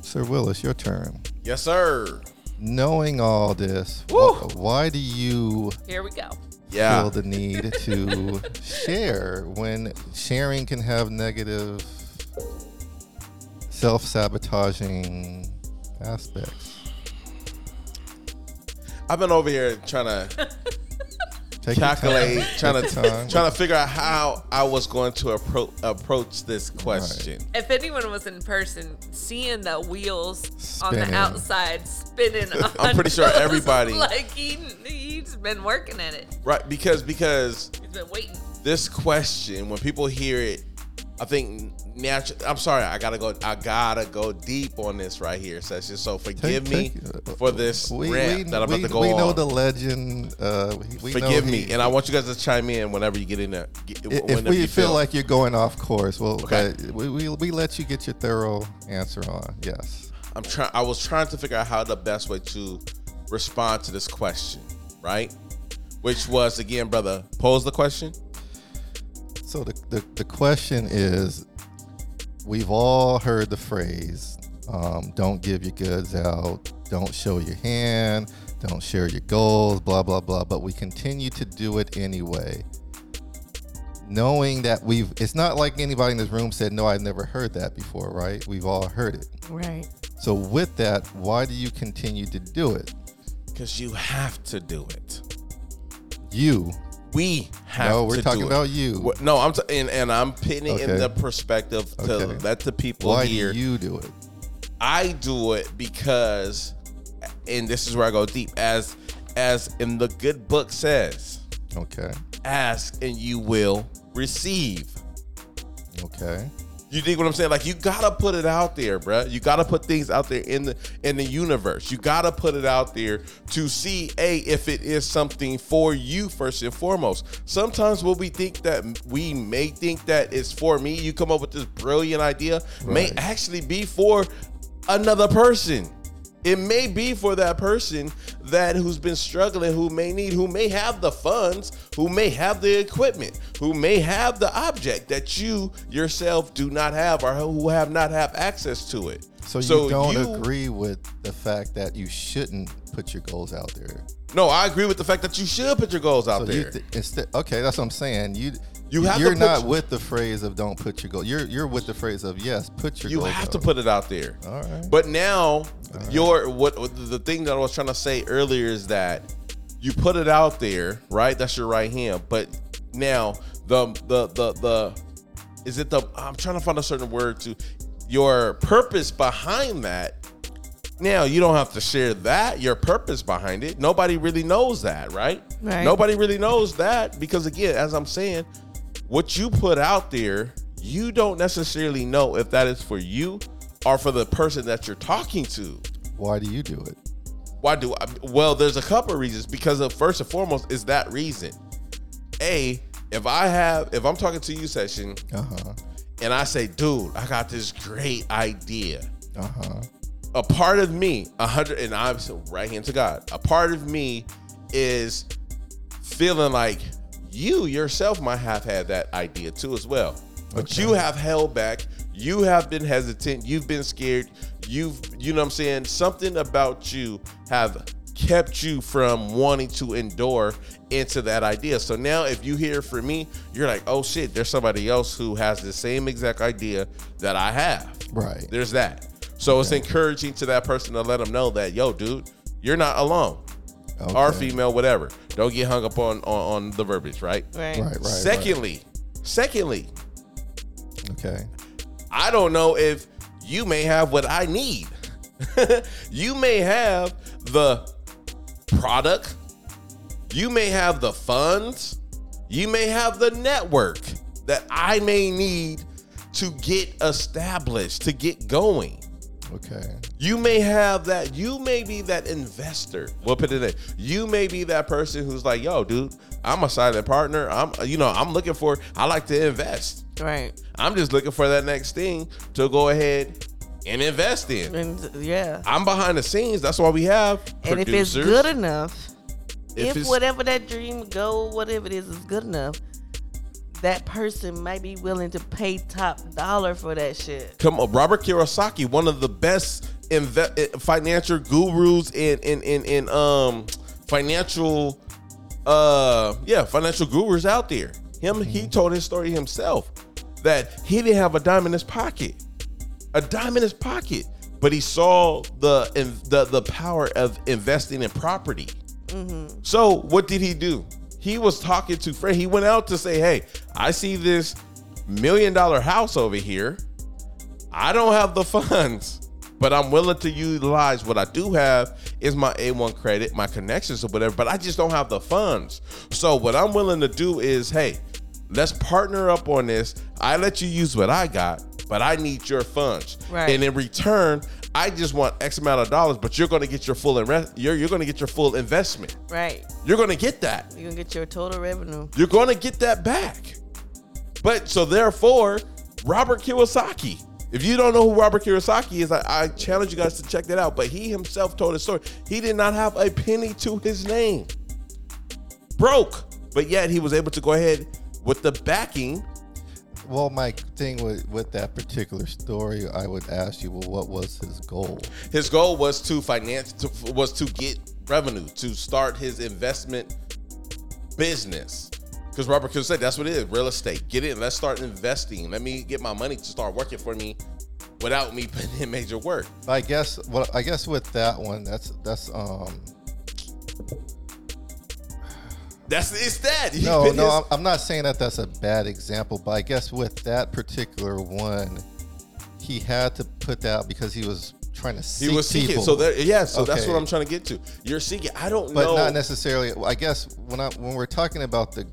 S2: Sir Willis, your turn.
S3: Yes, sir.
S2: Knowing all this, wh- why do you
S4: Here we go.
S3: Yeah.
S2: feel the need to share when sharing can have negative self-sabotaging aspects
S3: I've been over here trying to
S2: Take your time.
S3: calculate,
S2: Take
S3: trying
S2: your
S3: to
S2: time.
S3: trying to figure out how I was going to appro- approach this question.
S4: If anyone was in person, seeing the wheels on
S2: Spinning.
S4: the outside spinning,
S3: I'm pretty sure
S4: on those,
S3: everybody-
S4: like he, he's been working at it.
S3: Right, because because
S4: He's been waiting.
S3: this question, when people hear it, I think natural. I'm sorry, I gotta go. I gotta go deep on this right here, Session. So forgive me
S2: take- uh,
S3: for this
S2: we,
S3: rant
S2: we,
S3: that I'm about
S2: we,
S3: to go
S2: we
S3: on.
S2: know the legend uh, we we know
S3: forgive
S2: he-
S3: me, and I want you guys to chime in whenever you get in there. Get,
S2: if, if
S3: whenever
S2: we
S3: you
S2: feel, like you're going off course well
S3: Okay.
S2: but we, we, we let you get your thorough answer on yes
S3: I'm trying, I was trying to figure out how the best way to respond to this question, right? Which was again, brother, pose the question.
S2: So the, the, the question is we've all heard the phrase um, don't give your goods out, don't show your hand, don't share your goals, blah, blah, blah. But we continue to do it anyway. Knowing that we've, it's not like anybody in this room said, no, I've never heard that before, right? We've all heard it.
S5: Right.
S2: So, with that, why do you continue to do it?
S3: Because you have to do it.
S2: You,
S3: We have
S2: No,
S3: to
S2: we're talking
S3: do it.
S2: about you.
S3: Wh- No, I'm t- and, and I'm pitting it
S2: Okay.
S3: in the perspective to
S2: Okay.
S3: let the people
S2: why
S3: hear.
S2: do you do it?
S3: I do it because, and this is where I go deep, as as in the good book says,
S2: Okay.
S3: ask and you will receive.
S2: Okay.
S3: You think what I'm saying? Like you gotta put it out there, bruh. You gotta put things out there in the in the universe. You gotta put it out there to see a if it is something for you first and foremost. Sometimes what we think that we may think that it's for me, you come up with this brilliant idea, may
S2: Right.
S3: actually be for another person. It may be for that person that who's been struggling, who may need, who may have the funds, who may have the equipment, who may have the object that you yourself do not have or who have not have access to it.
S2: So, you don't agree with the fact that you shouldn't put your goals out there.
S3: No, I agree with the fact that you should put your goals out
S2: So
S3: there.
S2: you th- instead, okay, that's what I'm saying. You
S3: You have to
S2: you're
S3: put
S2: not
S3: your-
S2: with the phrase of don't put your goal. You're you're with the phrase of yes, put your
S3: you
S2: goals
S3: have
S2: out.
S3: to put it out there.
S2: All right.
S3: But now, your what the thing that I was trying to say earlier is that you put it out there, right? That's your right hand. But now the the the the is it the I'm trying to find a certain word to your purpose behind that. Now you don't have to share that your purpose behind it. Nobody really knows that, right?
S5: Right.
S3: Nobody really knows that because again, as I'm saying, what you put out there, you don't necessarily know if that is for you or for the person that you're talking to.
S2: Why do you do it?
S3: Why do I? Well, there's a couple of reasons. Because of first and foremost is that reason. A, if I have, if I'm talking to you, session,
S2: Uh huh.
S3: and I say, dude, I got this great idea.
S2: Uh huh.
S3: A part of me, a hundred, and I'm so right hand to God. A part of me is feeling like you yourself might have had that idea too as well, but you have held back. You have been hesitant. You've been scared. You've, you know, what I'm saying something about you have kept you from wanting to endure into that idea. So now if you hear from me, you're like, oh shit, there's somebody else who has the same exact idea that I have.
S2: Right.
S3: There's that. So it's encouraging to that person to let them know that, yo, dude, you're not alone. Or
S2: Okay.
S3: female, whatever. Don't get hung up on on, on the verbiage, right?
S5: Right.
S2: Right. Right.
S3: secondly, secondly,
S2: Right. Okay.
S3: I don't know if you may have what I need. you may have the product. You may have the funds. You may have the network that I may need to get established, to get going.
S2: Okay.
S3: You may have that. You may be that investor. We'll put it in. You may be that person who's like, "Yo, dude, I'm a silent partner. I'm, you know, I'm looking for. I like to invest.
S5: Right.
S3: I'm just looking for that next thing to go ahead and invest in.
S5: And yeah.
S3: I'm behind the scenes. That's why we have
S5: And if it's
S3: producers.
S5: good enough,
S3: If
S5: if,
S3: it's-
S5: whatever that dream goal, whatever it is, is good enough, that person might be willing to pay top dollar for that shit.
S3: Come on, Robert Kiyosaki, one of the best inve- eh, financial gurus and in in in um financial uh yeah financial gurus out there. Him, he told his story himself that he didn't have a dime in his pocket, a dime in his pocket, but he saw the in, the the power of investing in property. So what did he do? He was talking to friend. He went out to say, "Hey, I see this million dollar house over here." I don't have the funds, but I'm willing to utilize what I do have is my A1 credit, my connections or whatever, but I just don't have the funds. So what I'm willing to do is, hey, let's partner up on this. I let you use what I got, but I need your funds.
S5: Right.
S3: And in return, I just want X amount of dollars, but you're going to get your full invest- you're you're going to get your full investment.
S5: Right.
S3: You're going to get that
S5: You're gonna get your total revenue.
S3: you're going to get that back. But so therefore, Robert Kiyosaki. If you don't know who Robert Kiyosaki is, I, I challenge you guys to check that out. But he himself told his story. He did not have a penny to his name, broke, but yet he was able to go ahead with the backing.
S2: Well, my thing with with that particular story, I would ask you, well, what was his goal?
S3: His goal was to finance, to, was to get revenue, to start his investment business. Because Robert Kiyosaki, that's what it is, real estate. Get in. Let's start investing. Let me get my money to start working for me without me putting in major work.
S2: I guess well, I guess with that one, that's that's um
S3: That's it's that. He
S2: no
S3: put
S2: no
S3: his-
S2: I'm, I'm not saying that that's a bad example, but I guess with that particular one, he had to put that out because he was trying to
S3: he
S2: seek
S3: was seeking.
S2: people.
S3: So that yeah, so that's
S2: Okay.
S3: what I'm trying to get to. You're seeking. I don't
S2: but
S3: know.
S2: not necessarily. I guess when I when we're talking about the,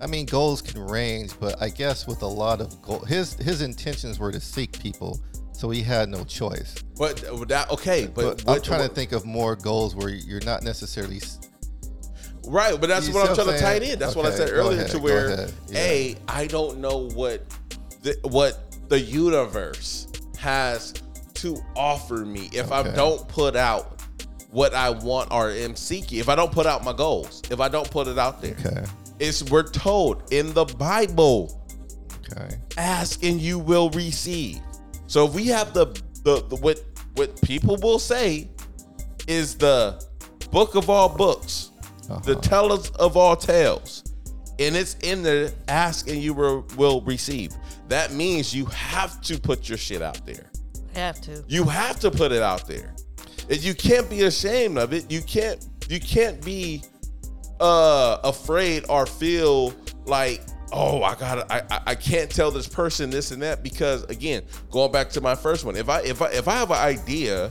S2: I mean goals can range, but I guess with a lot of goal, his his intentions were to seek people, so he had no choice.
S3: but uh, that okay. But,
S2: But, I'm
S3: what-
S2: trying
S3: what-
S2: to think of more goals where you're not necessarily. s-
S3: Right, but that's
S2: You
S3: what
S2: see
S3: I'm
S2: what I'm
S3: trying to tie
S2: saying?
S3: it in. That's what I
S2: Okay,
S3: said
S2: go
S3: earlier
S2: ahead,
S3: to
S2: go
S3: where
S2: ahead. Yeah.
S3: a I don't know what the, what the universe has to offer me if I
S2: Okay.
S3: don't put out what I want or am seeking, if I don't put out my goals, if I don't put it out there.
S2: Okay.
S3: It's we're told in the Bible,
S2: Okay.
S3: ask and you will receive. So if we have the the, the what what people will say is the book of all books, the
S2: Uh-huh.
S3: tellers of all tales, and it's in there. Ask and you will, will receive. That means you have to put your shit out there.
S5: I have to.
S3: You have to put it out there. And you can't be ashamed of it. You can't you can't be uh afraid or feel like, oh, I gotta I, I- I can't tell this person this and that because again, going back to my first one, if I if I if I have an idea,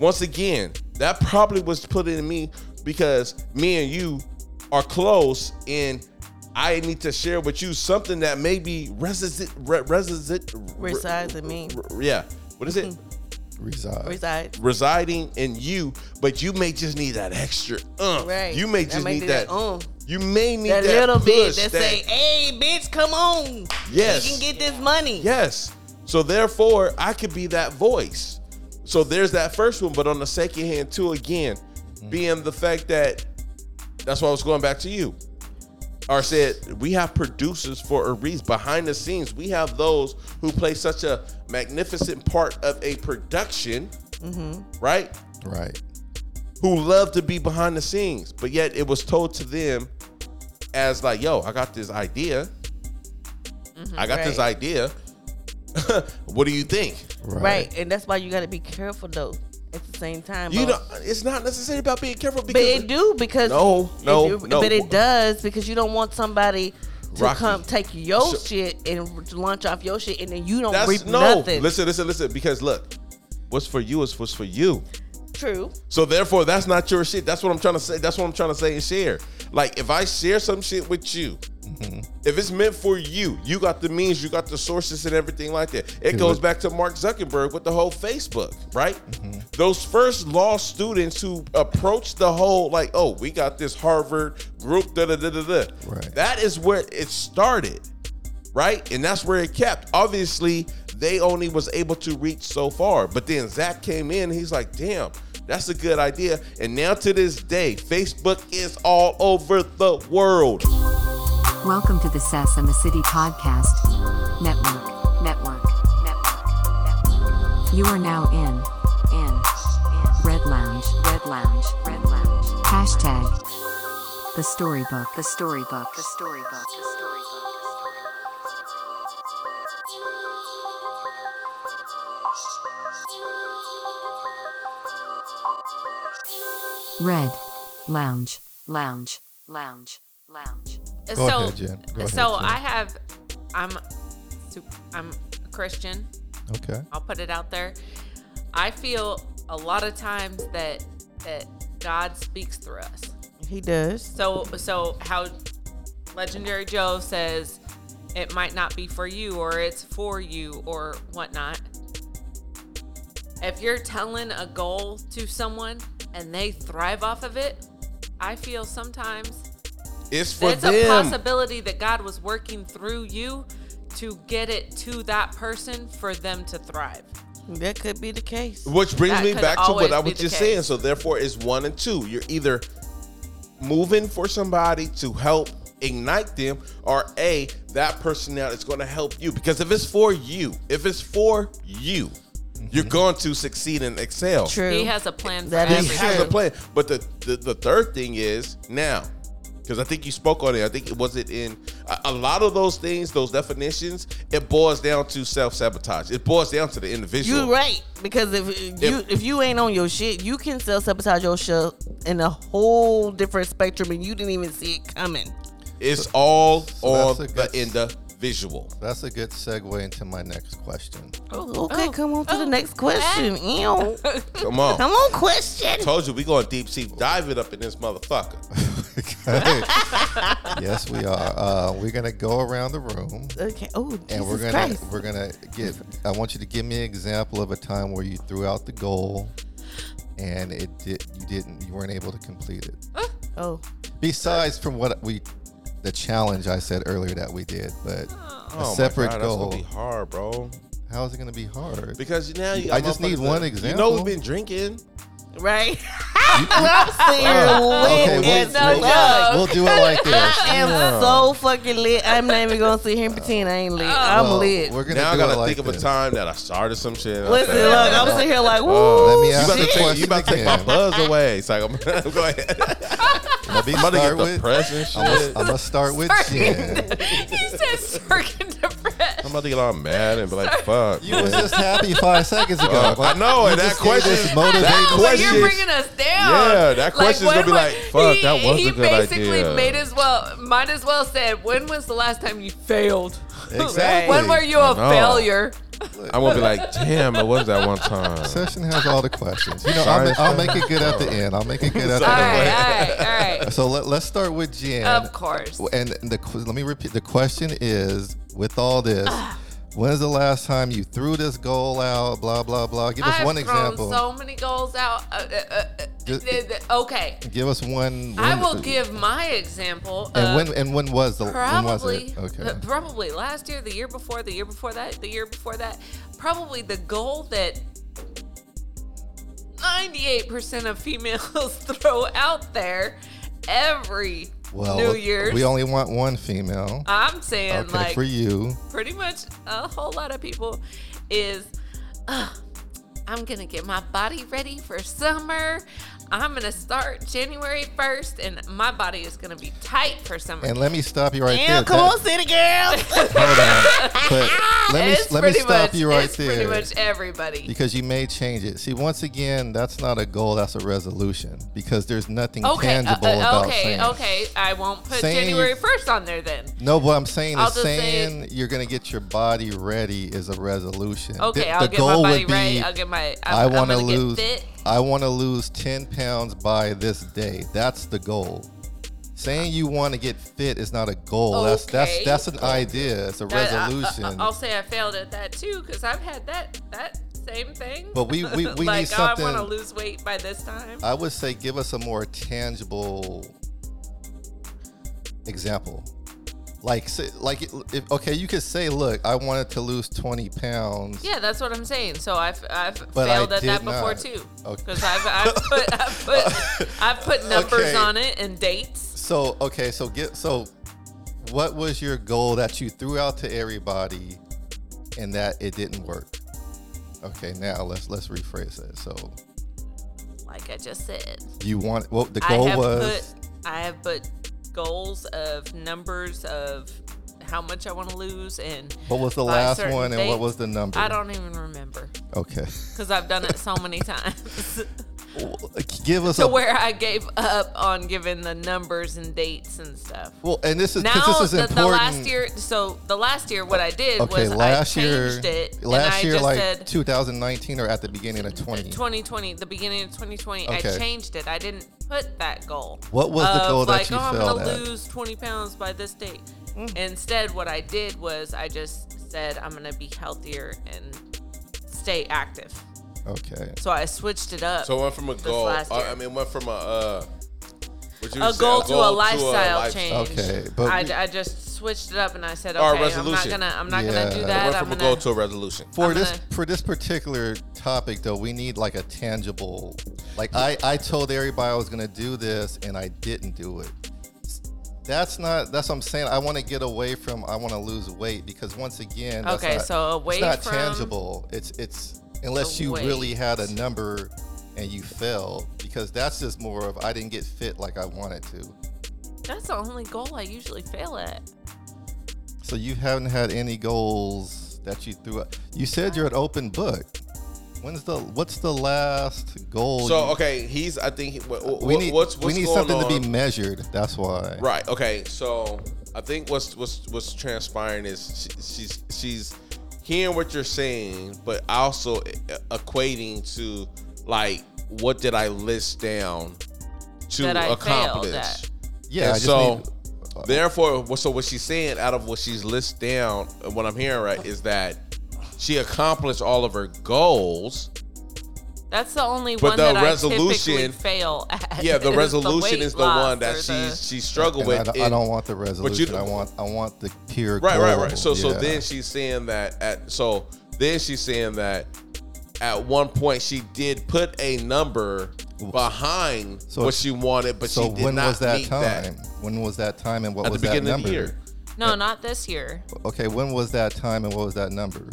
S3: once again, that probably was put in me because me and you are close and I need to share with you something that maybe resident, re, resident,
S5: Resides in me.
S3: yeah. What is it?
S2: Reside.
S5: Reside.
S3: residing in you, but you may just need that extra umph.
S5: Right.
S3: You may
S5: That
S3: just
S5: may
S3: need
S5: be
S3: that.
S5: that umph.
S3: You may need
S5: That,
S3: that,
S5: little bit
S3: push,
S5: that,
S3: that-
S5: say, "Hey, bitch, come on.
S3: Yes.
S5: you can get this money."
S3: yes. So therefore, I could be that voice. So there's that first one, but on the second hand too, again, being the fact that that's why I was going back to you. Or said we have producers for a reason. Behind the scenes, we have those who play such a magnificent part of a production,
S5: Mm-hmm.
S3: right?
S2: Right.
S3: who love to be behind the scenes, but yet it was told to them as like, "Yo, I got this idea. I got this
S5: Mm-hmm. Right.
S3: idea. what do you think?"
S2: Right.
S5: Right. and that's why you got to be careful though. At the same time,
S3: You
S5: though.
S3: know, it's not necessarily about being careful
S5: But
S3: because
S5: it do because
S3: No,
S5: it
S3: no,
S5: do-
S3: no.
S5: But it does because you don't want somebody to
S3: Rocky.
S5: come take your
S3: So-
S5: shit and launch off your shit, and then you don't
S3: that's
S5: reap
S3: no.
S5: nothing.
S3: Listen, listen, listen. Because look, what's for you is what's for you.
S5: True.
S3: So therefore, that's not your shit. That's what I'm trying to say. That's what I'm trying to say and share. Like if I share some shit with you, mm-hmm. if it's meant for you, you got the means, you got the sources and everything like that. It goes back to Mark Zuckerberg with the whole Facebook, right? Those first law students who approached the whole like, oh, we got this Harvard group, da da da da da.
S2: Right.
S3: That is where it started right? And that's where it kept. Obviously, they only was able to reach so far. But then Zach came in, he's like, damn, that's a good idea. And now to this day, Facebook is all over the world.
S1: Welcome to the Sass and the City Podcast Network. Network. Network. You are now in. In. Red Lounge. Red Lounge. Red Lounge. Hashtag. The Storybook. The Storybook. The Storybook. The Storybook. Red. Lounge. Lounge. Lounge. Lounge.
S2: Go
S4: so,
S2: ahead, Jen. Go ahead,
S4: so
S2: Jen.
S4: I have, I'm, sup- I'm a Christian.
S2: Okay.
S4: I'll put it out there. I feel a lot of times that that God speaks through us.
S5: He does.
S4: So so how legendary Joe says it might not be for you or it's for you or whatnot. If you're telling a goal to someone and they thrive off of it, I feel sometimes
S3: It's for
S4: it's a
S3: them.
S4: possibility that God was working through you to get it to that person for them to thrive.
S5: That could be the case.
S3: Which brings
S4: That
S3: me
S4: could
S3: back to
S4: always
S3: what I
S4: be
S3: was
S4: the
S3: just
S4: case.
S3: saying. So therefore, it's one and two. You're either moving for somebody to help ignite them, or a that person now is going to help you. Because if it's for you, if it's for you, you're going to succeed and excel.
S5: True.
S4: He has a plan for
S5: That
S4: every
S5: is
S3: He has a
S5: true.
S3: plan. But the, the the third thing is now, because I think you spoke on it. I think it was it in a, a lot of those things, those definitions. It boils down to self sabotage. It boils down to the individual.
S5: you right because if you if you ain't on your shit, you can self sabotage your shit in a whole different spectrum, and you didn't even see it coming.
S3: It's all on
S2: that's a
S3: the
S2: good-
S3: individual.
S2: That's a good segue into my next question.
S5: Oh, okay, come on to the next question. Ew.
S3: Come on.
S5: Come on, question.
S3: Told you we going deep sea diving up in this motherfucker.
S2: Okay. yes, we are. Uh, we're gonna go around the room,
S5: Okay. Oh, Jesus
S2: and we're gonna
S5: Christ.
S2: we're gonna give. I want you to give me an example of a time where you threw out the goal, and it did you didn't you weren't able to complete it.
S5: Oh,
S2: Besides from what we, the challenge I said earlier that we did, but
S3: Oh my
S2: a separate
S3: God, That's
S2: goal.
S3: gonna be hard, bro.
S2: How is it going to be hard?
S3: Because now you
S2: I just need
S3: motherfuckers
S2: one
S3: that- You know
S2: example.
S3: we've been drinking.
S5: Right? I'm sitting here
S2: okay,
S5: lit
S2: we'll-
S5: as
S4: No
S5: fuck.
S4: joke.
S2: We'll do it like this.
S5: I am so fucking lit. I'm not even gonna sit here and pretend I ain't lit. I'm
S2: Well,
S5: lit.
S2: We're gonna
S3: Now I
S2: do
S3: gotta
S2: it like
S3: think of a
S2: this.
S3: time that I started some shit. and I
S5: Listen,
S3: said,
S5: look, I'm sitting here like, woo.
S2: Uh, Let me
S3: You
S2: ask the
S3: about, to take,
S2: question
S3: you about to take my
S2: again.
S3: buzz away. It's like, I'm, go ahead.
S2: Let me
S3: I'm about to
S2: start
S3: get
S2: with.
S3: depressed and shit.
S2: I'm
S3: I'm
S2: gonna start with Jen.
S4: he said circuit depressed.
S3: about to get all mad and be like, fuck.
S2: You
S3: man.
S2: was just happy five seconds ago.
S3: Fuck. Uh, I
S2: but
S3: know,
S2: you
S3: and that
S2: just gave
S3: question,
S2: this
S3: that
S2: motivating-
S4: Like,
S3: question,
S4: you're bringing us down.
S3: Yeah, that question's
S4: when
S3: gonna be
S4: was-
S3: like, fuck, that was
S4: he
S3: a good
S4: basically
S3: idea.
S4: made as well, might as well said, when was the last time you failed?
S2: Exactly.
S4: When were you
S3: know.
S4: a failure?
S3: I'm gonna be like, damn, it was that one time.
S2: Session has all the questions. You know, I'll,
S3: Sorry,
S2: ma- I'll
S3: sir.
S2: make it good at the end. I'll make it good at
S4: All
S2: the end.
S4: right, all right, all right.
S2: So let, let's start with Jen.
S4: Of course.
S2: And the qu- let me repeat. The question is, with all this,
S4: Ah.
S2: when's the last time you threw this goal out? Blah blah blah. Give us
S4: I've
S2: one
S4: thrown
S2: example.
S4: so many goals out. Uh, uh, uh, uh,
S2: Just-
S4: th- th- okay,
S2: Give us one.
S4: I
S2: when-
S4: will give my example. Of
S2: And when and when was the when was
S4: Probably,
S2: it? Okay.
S4: uh, probably last year, the year before, the year before that, the year before that. Probably the goal that 98% of females throw out there every
S2: Well,
S4: New Year's.
S2: we only want one female.
S4: I'm saying,
S2: okay,
S4: like,
S2: for you.
S4: pretty much a whole lot of people is "Ugh, I'm gonna get my body ready for summer. I'm gonna start January 1st, and my body is gonna be tight for summer.
S2: And let me stop you right there.
S5: Damn, come
S2: That-
S5: on, city girls.
S2: but let me
S4: It's
S2: let me
S4: pretty
S2: stop
S4: much-
S2: you right
S4: it's
S2: there
S4: Pretty much everybody.
S2: because you may change it. See, once again, that's not a goal. That's a resolution because there's nothing
S4: Okay, uh,
S2: tangible
S4: uh,
S2: about
S4: okay,
S2: saying.
S4: okay. I won't put
S2: Saying you-
S4: January 1st on there then.
S2: No, what I'm saying
S4: I'll
S2: is
S4: just say-
S2: saying you're gonna get your body ready is a resolution.
S4: Okay,
S2: the,
S4: I'll
S2: the
S4: get
S2: goal
S4: my body
S2: would be
S4: right. I'll get my. I'm,
S2: I
S4: I'm
S2: want to
S4: gonna get
S2: lose.
S4: fit.
S2: I want to lose ten pounds by this day. That's the goal. Saying you want to get fit is not a goal. That's that's
S4: Okay.
S2: that's an idea. It's a
S4: That- uh, I- I-
S2: resolution.
S4: I'll say I failed at that too because I've had that that same thing.
S2: But we- we- we need
S4: like, Oh, I want
S2: something- Uh,
S4: to lose weight by this time.
S2: I would say give us a more tangible example. Like, say, like, if, okay, you could say, "Look, I wanted to lose twenty pounds."
S4: yeah, that's what I'm saying. So I've I've
S2: But I
S4: failed at
S2: did
S4: that before
S2: not.
S4: too
S2: Okay.
S4: because I've I've put I've put, I've put numbers
S2: Okay.
S4: on it and dates.
S2: So, okay, so get so, what was your goal that you threw out to everybody, and that it didn't work? Okay, now let's let's rephrase it. So,
S4: Like I just said,
S2: you want well, the
S4: I
S2: goal
S4: have
S2: was
S4: put I have put goals of numbers of how much I want to lose and
S2: what was the
S4: by
S2: last
S4: certain
S2: one, and what
S4: dates.
S2: was the number?
S4: I don't even remember
S2: Okay,
S4: because I've done it so many times.
S2: give us
S4: to
S2: a
S4: where I gave up on giving the numbers and dates and stuff.
S2: well, and this is 'cause
S4: Now
S2: this is
S4: the,
S2: important.
S4: the last year, so the last year, what I did
S2: Okay,
S4: was
S2: last
S4: I
S2: year,
S4: changed it. and I
S2: last year,
S4: just
S2: like
S4: said
S2: 2019 or at the beginning of 20.
S4: 2020, the beginning of 2020, I
S2: Okay.
S4: changed it. I didn't put that goal.
S2: What was the
S4: of
S2: goal that
S4: like,
S2: you
S4: oh, I'm
S2: failed
S4: gonna
S2: at?"
S4: lose 20 pounds by this date.
S3: Mm.
S4: Instead, what I did was I just said I'm gonna be healthier and stay active.
S2: Okay.
S4: So I switched it up.
S3: So it went from a goal.
S4: last
S3: I,
S4: year.
S3: I mean, it went from a uh, what you
S4: a
S3: say,
S4: goal to a lifestyle
S3: lifestyle.
S4: change.
S2: Okay, but
S4: I,
S2: we-
S4: I just switched it up and I said,
S3: Or a
S4: okay, I'm not
S3: resolution.
S4: gonna, I'm not
S2: Yeah.
S4: gonna do
S2: It
S3: It
S4: that.
S3: went from
S4: I'm
S3: a goal
S4: gonna,
S3: to a resolution.
S2: For
S4: I'm
S2: this
S4: gonna-
S2: for this particular topic though, we need like a tangible. Like I I told everybody I was gonna do this and I didn't do it. That's not. That's what I'm saying. I want to get away from. I want to lose weight because once again, that's
S4: Okay,
S2: not-
S4: so away
S2: it's not
S4: from-
S2: tangible. It's it's unless you
S4: Away.
S2: really had a number and you failed because that's just more of I didn't get fit like I wanted to.
S4: That's the only goal I usually fail at.
S2: So you haven't had any goals that you threw out. You said you're an open book. When's the what's the last goal?
S3: So
S2: you-
S3: okay, he's. I think. What, what,
S2: we need
S3: what's, what's
S2: we need
S3: going
S2: something to
S3: on?
S2: be measured. That's why.
S3: Right. Okay. So I think what's what's what's transpiring is she, she's she's hearing what you're saying, but also e, equating to like what did I list down to
S4: That I
S3: accomplish?
S4: failed at.
S2: Yeah. I
S3: and
S2: just uh,
S3: so,
S2: need-
S3: therefore, what- so what she's saying out of what she's list down, and what I'm hearing right is that she accomplished all of her goals.
S4: That's the only
S3: But
S4: one
S3: the
S4: that I
S3: resolution-
S4: typically fail at.
S3: Yeah, the
S4: is
S3: resolution
S4: weight
S3: is the
S4: loss
S3: one
S4: or
S3: that she
S4: the-
S3: she struggled
S2: and
S3: with.
S2: I, don't-
S3: in-
S2: I don't want the resolution. I want I want the pure.
S3: Right, right,
S2: goal.
S3: right. So, so
S2: Yeah.
S3: then she's saying that at so Then she's saying that at one point she did put a number behind
S2: So-
S3: what she wanted, but
S2: So
S3: she did
S2: when
S3: not
S2: was that
S3: meet
S2: time?
S3: that
S2: When was that time and what
S3: at the
S2: was that
S3: beginning of
S2: number?
S3: the year.
S4: No, not this year.
S2: Okay, when was that time and what was that number?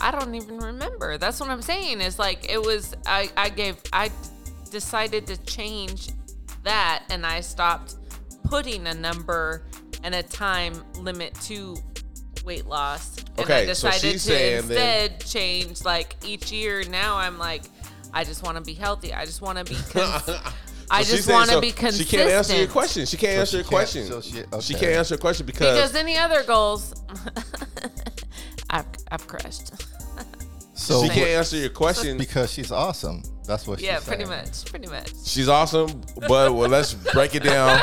S4: I don't even remember. That's what I'm saying. Is like it was. I I gave. I decided to change that, and I stopped putting a number and a time limit to weight loss. And I
S3: Okay, so
S4: decided
S3: she's
S4: to
S3: saying then-
S4: instead change like each year. Now I'm like, I just want to be healthy. I just want to be. Cons-
S3: So
S4: I
S3: she's
S4: just
S3: saying-
S4: want to
S3: so
S4: be consistent.
S3: She can't answer your question. She can't
S2: So
S3: answer
S2: she
S3: your
S2: can't-
S3: question.
S2: so she-
S3: She
S2: okay.
S3: can't answer your question because,
S4: Because any other goals, I've I've crushed.
S2: So
S3: she can't answer your question.
S2: because she's awesome. That's what
S4: yeah,
S2: she's
S4: pretty
S2: saying.
S4: much, pretty much.
S3: She's awesome, but well, let's break it down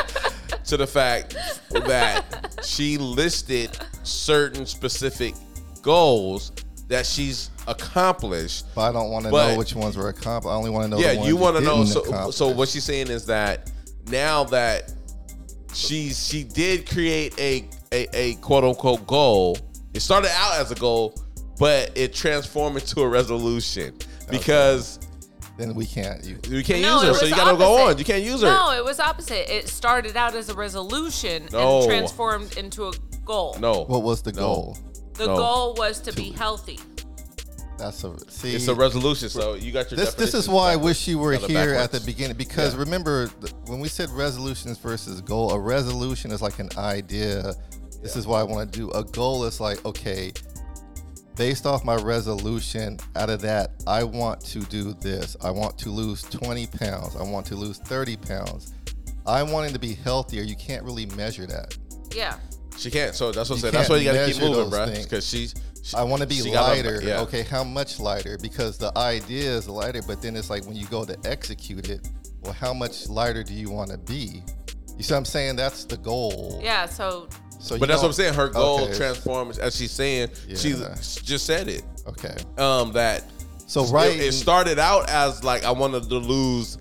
S3: to the fact that she listed certain specific goals that she's accomplished.
S2: But I don't want to
S3: But-
S2: know which ones were accomplished. I only want to know. the
S3: yeah,
S2: ones
S3: you want to know.
S2: didn't
S3: So,
S2: accomplish.
S3: so what she's saying is that now that she's she did create a a, a quote unquote goal. It started out as a goal, but it transformed into a resolution because
S2: then we can't. You,
S3: you can't
S4: No,
S3: use
S4: it
S3: her, so
S4: was
S3: you gotta go
S4: opposite.
S3: on. You can't use her.
S4: No, it was opposite. It started out as a resolution
S3: No.
S4: and transformed into a goal.
S3: no.
S2: what was the
S3: No.
S2: goal?
S4: The
S3: no.
S4: goal was to be healthy.
S2: That's a see.
S3: It's a resolution, so you got your.
S2: this this is
S3: definitions
S2: why I
S3: backwards.
S2: wish you were
S3: Got it
S2: here at the
S3: backwards.
S2: beginning because remember th- when we said resolutions versus goal, a resolution is like an idea. This is why I want to do a goal. Is like okay, based off my resolution, out of that, I want to do this. I want to lose 20 pounds. I want to lose 30 pounds. I'm wanting to be healthier. You can't really measure that.
S4: Yeah.
S3: She can't. So that's what I'm
S2: You
S3: saying. That's why you got to
S2: can't
S3: keep
S2: measure
S3: moving,
S2: those
S3: bro.
S2: things.
S3: Because she's. She,
S2: I want to be
S3: she gotta-
S2: lighter.
S3: yeah.
S2: Okay, how much lighter? Because the idea is lighter, but then it's like when you go to execute it, well, how much lighter do you want to be? You see what I'm saying? That's the goal.
S4: Yeah. So
S2: So you
S3: But that's what I'm
S2: don't-
S3: saying. Her goal
S2: Okay.
S3: transforms, as she's saying. She
S2: Yeah.
S3: just said it.
S2: Okay.
S3: Um, that
S2: So right.
S3: It, it started out as like I wanted to lose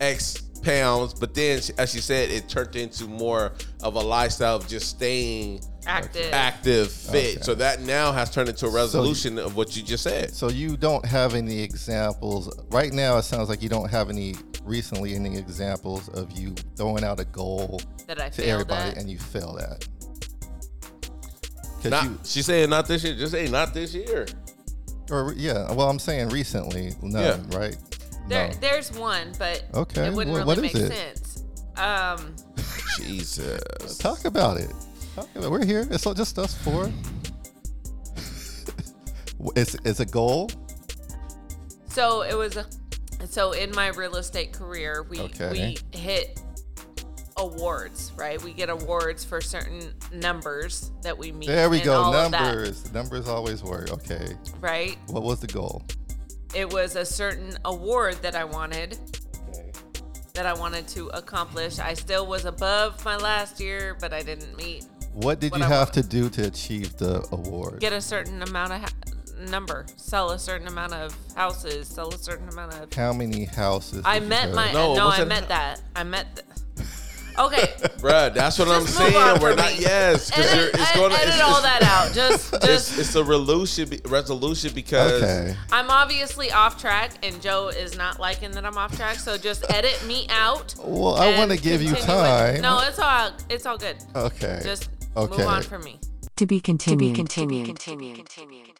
S3: X pounds, but then as she said, it turned into more of a lifestyle of just staying
S4: active.
S3: active, fit.
S2: Okay.
S3: So that now has turned into a resolution of what you just said.
S2: so you don't have any examples right now. It sounds like you don't have any recently any examples of you throwing out a goal
S4: That I
S2: to
S4: failed
S2: everybody
S4: at.
S2: and you fail at. 'Cause
S3: Not,
S2: you-
S3: she said not this year. Just say not this year.
S2: or yeah, well, I'm saying recently, none, right?
S4: There,
S2: No.
S4: There's one, but
S2: Okay,
S4: it wouldn't
S2: wha-
S4: really
S2: what
S4: make
S2: is it?
S4: sense. Um,
S3: Jesus.
S2: Talk about it. Talk about it. We're here. It's not just us four. it's it's a goal.
S4: so it was a. So in my real estate career, we
S2: Okay.
S4: we hit awards, right? We get awards for certain numbers that we meet.
S2: There we
S4: and
S2: go.
S4: all of that,
S2: Numbers. Numbers always work. Okay.
S4: right?
S2: What was the goal?
S4: it was a certain award that I wanted. That I wanted to accomplish. I still was above my last year, but I didn't meet.
S2: What did
S4: What
S2: you
S4: I
S2: have to do to achieve the award?
S4: Get a certain amount of ha- number, sell a certain amount of houses, sell a certain amount of.
S2: How many houses?
S4: I
S2: did you
S4: met
S2: have?
S4: my.
S3: No,
S4: No,
S3: it
S4: I
S3: wasn't-
S4: met that. I met. Th- okay.
S3: Bruh, that's what I'm
S4: Just move on
S3: saying. We're
S4: from
S3: not
S4: me.
S3: yes, because
S4: edit
S3: it's
S4: ed-
S3: going to
S4: edit
S3: it's,
S4: all
S3: it's,
S4: that out. Just, just.
S3: it's, it's a resolution be- resolution because
S2: Okay.
S4: I'm obviously off track, and Joe is not liking that I'm off track. So just edit me out.
S2: Well, I
S4: and
S2: want to give you
S4: continue with-
S2: time.
S4: No, it's all. It's all good.
S2: Okay.
S4: Just
S2: okay.
S4: move on from me.
S1: To be continued.
S7: continued.